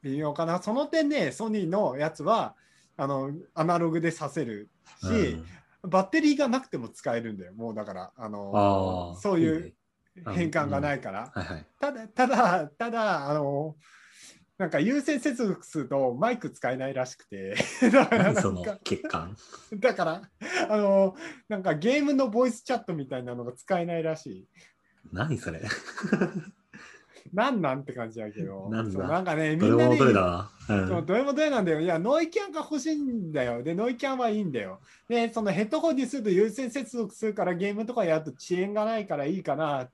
微妙かな。その点ね、ソニーのやつはあのアナログでさせるし、
うん
バッテリーがなくても使えるんだよ。もうだから、あの
あー
そういう
ねあの
変換がないから。
はいはい。
ただ、ただ、ただ、あの、なんか有線接続するとマイク使えないらしくて だからな
そ
ん
の
か
欠陥。
だからあのなんかゲームのボイスチャットみたいなのが使えないらしい
何それ
なんなんって感じだけど
なんだ
そうなんかねみ
どれ
んな
も
ね
どれだな。う
そう、
ん。
どれもどれなんだよ。いや、ノイキャンが欲しいんだよ。で、ノイキャンはいいんだよ。で、そのヘッドホンにすると優先接続するから、ゲームとかやると遅延がないからいいかな。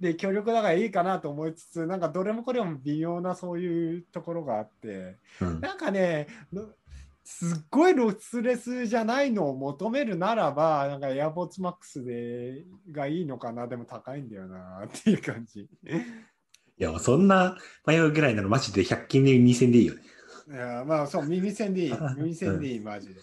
で、強力だからいいかなと思いつつ、なんかどれもこれも微妙なそういうところがあって、
うん、
なんかね、のすっごいロスレスじゃないのを求めるならば、なんか AirPods Max でがいいのかな、でも高いんだよなっていう感じ。
いや、そんな迷うぐらいならマジで100均で2000でいいよね。
いやまあそう、耳栓でいい、 耳栓でいい、マジで。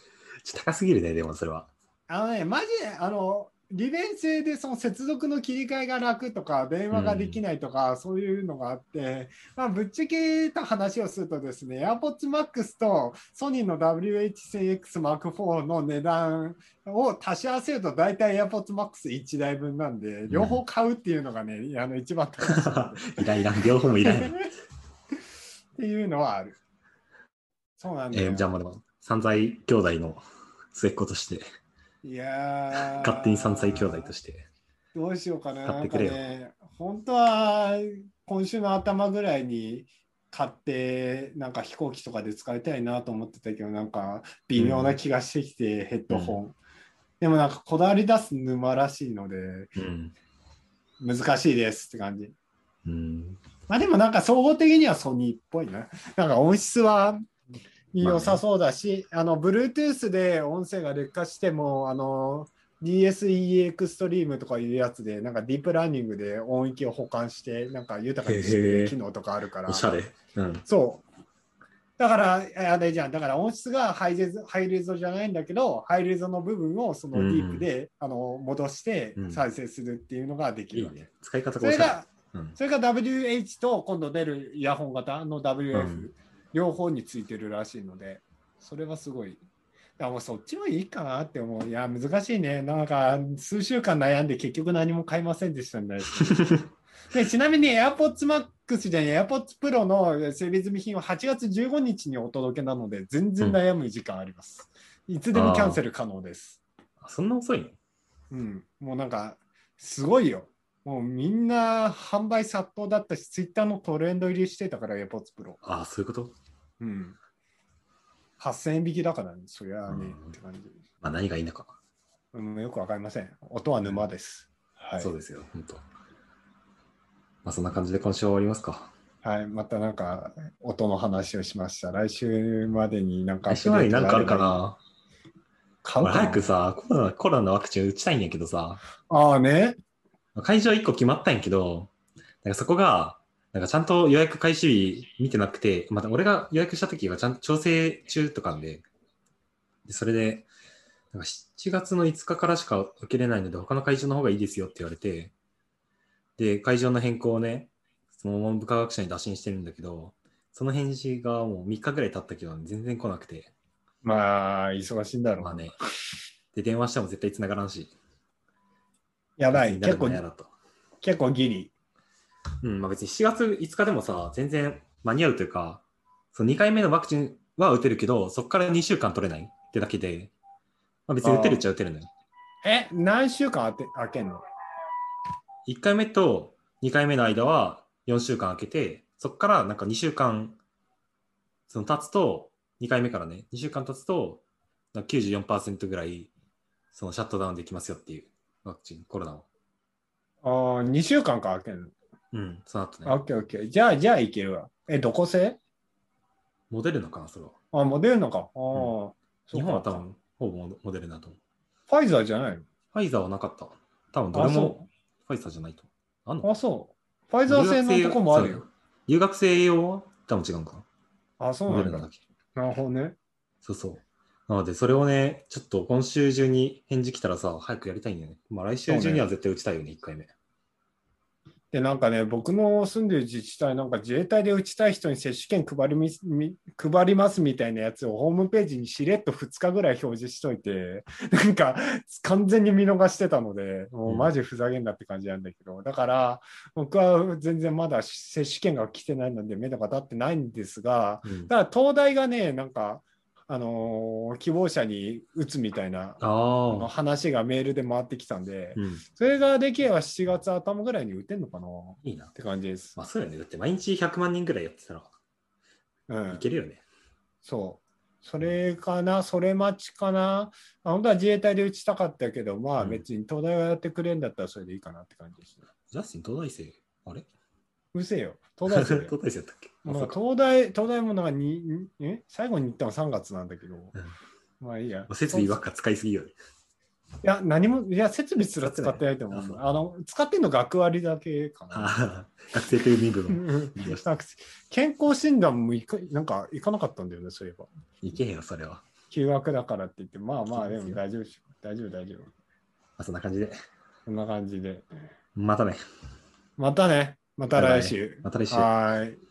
ちょっと高すぎるね、でもそれは。
あのね、マジで、あの、利便性でその接続の切り替えが楽とか、電話ができないとか、そういうのがあって、まあ、ぶっちゃけた話をするとですね、AirPods Max とソニーの WH1000XM4 の値段を足し合わせると、大体 AirPods Max1 台分なんで、両方買うっていうのがね、あの一番正しい。っ
イライラ、両方もイラ イラ。
ていうのはある。そうなんだよ。
えーじゃあまあでも、散財兄弟の末っ子として、
いやー
勝手に散財兄弟として。
どうしようかな。
買ってくれよ
なんかね、本当は今週の頭ぐらいに買って、なんか飛行機とかで使いたいなと思ってたけど、なんか微妙な気がしてきて、ヘッドホン。でもなんかこだわり出す沼らしいので、
うん。
難しいですって感じ。
うん。
まあでもなんか総合的にはソニーっぽいな。なんか音質は良さそうだし、あの、Bluetooth で音声が劣化しても、あの、DSE エクストリームとかいうやつで、なんかディープラーニングで音域を保管して、なんか豊かにしてくれ
へ
る
ー
機能とかあるから。
おしゃれ。うん。
そう。だから、あれじゃん、だから音質がハイレゾハイレゾじゃないんだけど、ハイレゾの部分をそのディープで、あの戻して
うん
再生するっていうのができる
いい
わけ。
ね。使い方
そ
がお
れ
しゃれ
が。
うん
それが WH と今度出るイヤホン型の WF、
うん
両方についてるらしいので、それはすごい。だからもうそっちもいいかなって思う。いや、難しいね。なんか数週間悩んで結局何も買いませんでした ね。でちなみに AirPods Max じゃない AirPods Pro の整備済み品は8月15日にお届けなので、全然悩む時間あります。いつでもキャンセル可能です。
あそんな遅いの
うん、もうなんか、すごいよ。もうみんな販売殺到だったし、ツイッターのトレンド入りしてたから、AirPods Pro。
ああ、そういうこと
うん。8000円引きだからね、そりゃあね、
うん
って感じ。
まあ何がいいのか。
うん、よくわかりません。音は沼です。はい
そう。ですよ、本当。まあそんな感じで今週は終わりますか。
はい、またなんか、音の話をしました。来週までになんか、
来週までになんかあるかな
買う
俺
かな
早くさコロナ、コロナのワクチン打ちたいんやけどさ、
ああね。
会場1個決まったんやけど、なんかそこが、なんかちゃんと予約開始日見てなくて、また俺が予約した時はちゃんと調整中とかんで、でそれで、なんか7月の5日からしか受けれないので、他の会場の方がいいですよって言われて、で、会場の変更をね、その文部科学省に打診してるんだけど、その返事がもう3日ぐらい経ったけど、全然来なくて、
まあ、忙しいんだろう
ま
な
あ。ね、で、電話しても絶対繋がらんし、
やばい、
誰
結
も
構、
やだと。
結構ギリ。
うん、まあ、別に7月5日でもさ、全然間に合うというか、その2回目のワクチンは打てるけど、そこから2週間取れないってだけで、まあ、別に打てるっちゃ打てるのよ。
え、何週間あて開けんの
1回目と2回目の間は4週間空けて、そこからなんか2週間、その経つと、2回目からね、2週間経つと、なんか94%ぐらい、そのシャットダウンできますよっていう、ワクチン、コロナを。
ああ、2週間か開けんの
うん、その後
あオ
ね。
ッケーオッケー。じゃあ、じゃあいけるわ。え、どこ製
モデルナかな、それは。
あ、モデルナか。ああ、そう
日
か
本は多分、ほぼモデルナと思う。
ファイザーじゃない
ファイザーはなかった。多分どれ
あそ
もファイザーじゃないと。あん
の
の
あ、そう。ファイザー製のとこもある
そ
よ
う。留学生用は多分違うのか
あ、そ
な。
う
モ
な
デ
ん
ルナ
だ。
だけ。
なるほどね。
そうそう。なので、それをね、ちょっと今週中に返事来たらさ、早くやりたいんだよね。まあ来週中には絶対打ちたいよね、1回目。
で、なんかね、僕の住んでる自治体、なんか自衛隊で打ちたい人に接種券配りみみ配りますみたいなやつをホームページにしれっと2日ぐらい表示しといて、 なんか完全に見逃してたので、もうマジふざけんなって感じなんだけど、だから僕は全然まだ接種券が来てないので、目処が立ってないんですが、
うん
ただ東大がね、なんか、あのー希望者に打つみたいなあの
ああ。
話がメールで回ってきたんで、
うん。
それができれば7月頭ぐらいに打てんのかなっ
いいな。
て感じです。
まあそうよね。だって毎日100万人ぐらいやってたら
う
い
ん、
けるよね。
そう。それかな、それ待ちかな。あ本当は自衛隊で打ちたかったけど、まあ
うん
別に東大がやってくれんだったらそれでいいかなって感じですね。
ジャスティン東大生あれ
うるせえよ。東大
東
生だ
大
よ
生やったっけあ
ま
そ
あ
うか
東大、東大もなんかに、にえ最後に行ったの3月なんだけど、まあいいや
まあ。設備ばっか使いすぎよね。
いや、何も、いや、設備すら使ってないと思
使って
う。
な
あの、使ってんの学割だけかな。
ああ、学生という身
う
分
んうん
見まし
なんか健康診断も行かなんか行かなかったんだよね、そういえば。
いけへんよ、それは。
休学だからって言って、まあまあ、
そう
で
です
も
よ
大丈夫でしょ。大丈夫、大丈夫。
まあそんな感じで。
こんな感じで。
またね。
またね。また来週。
また来週。
はーい。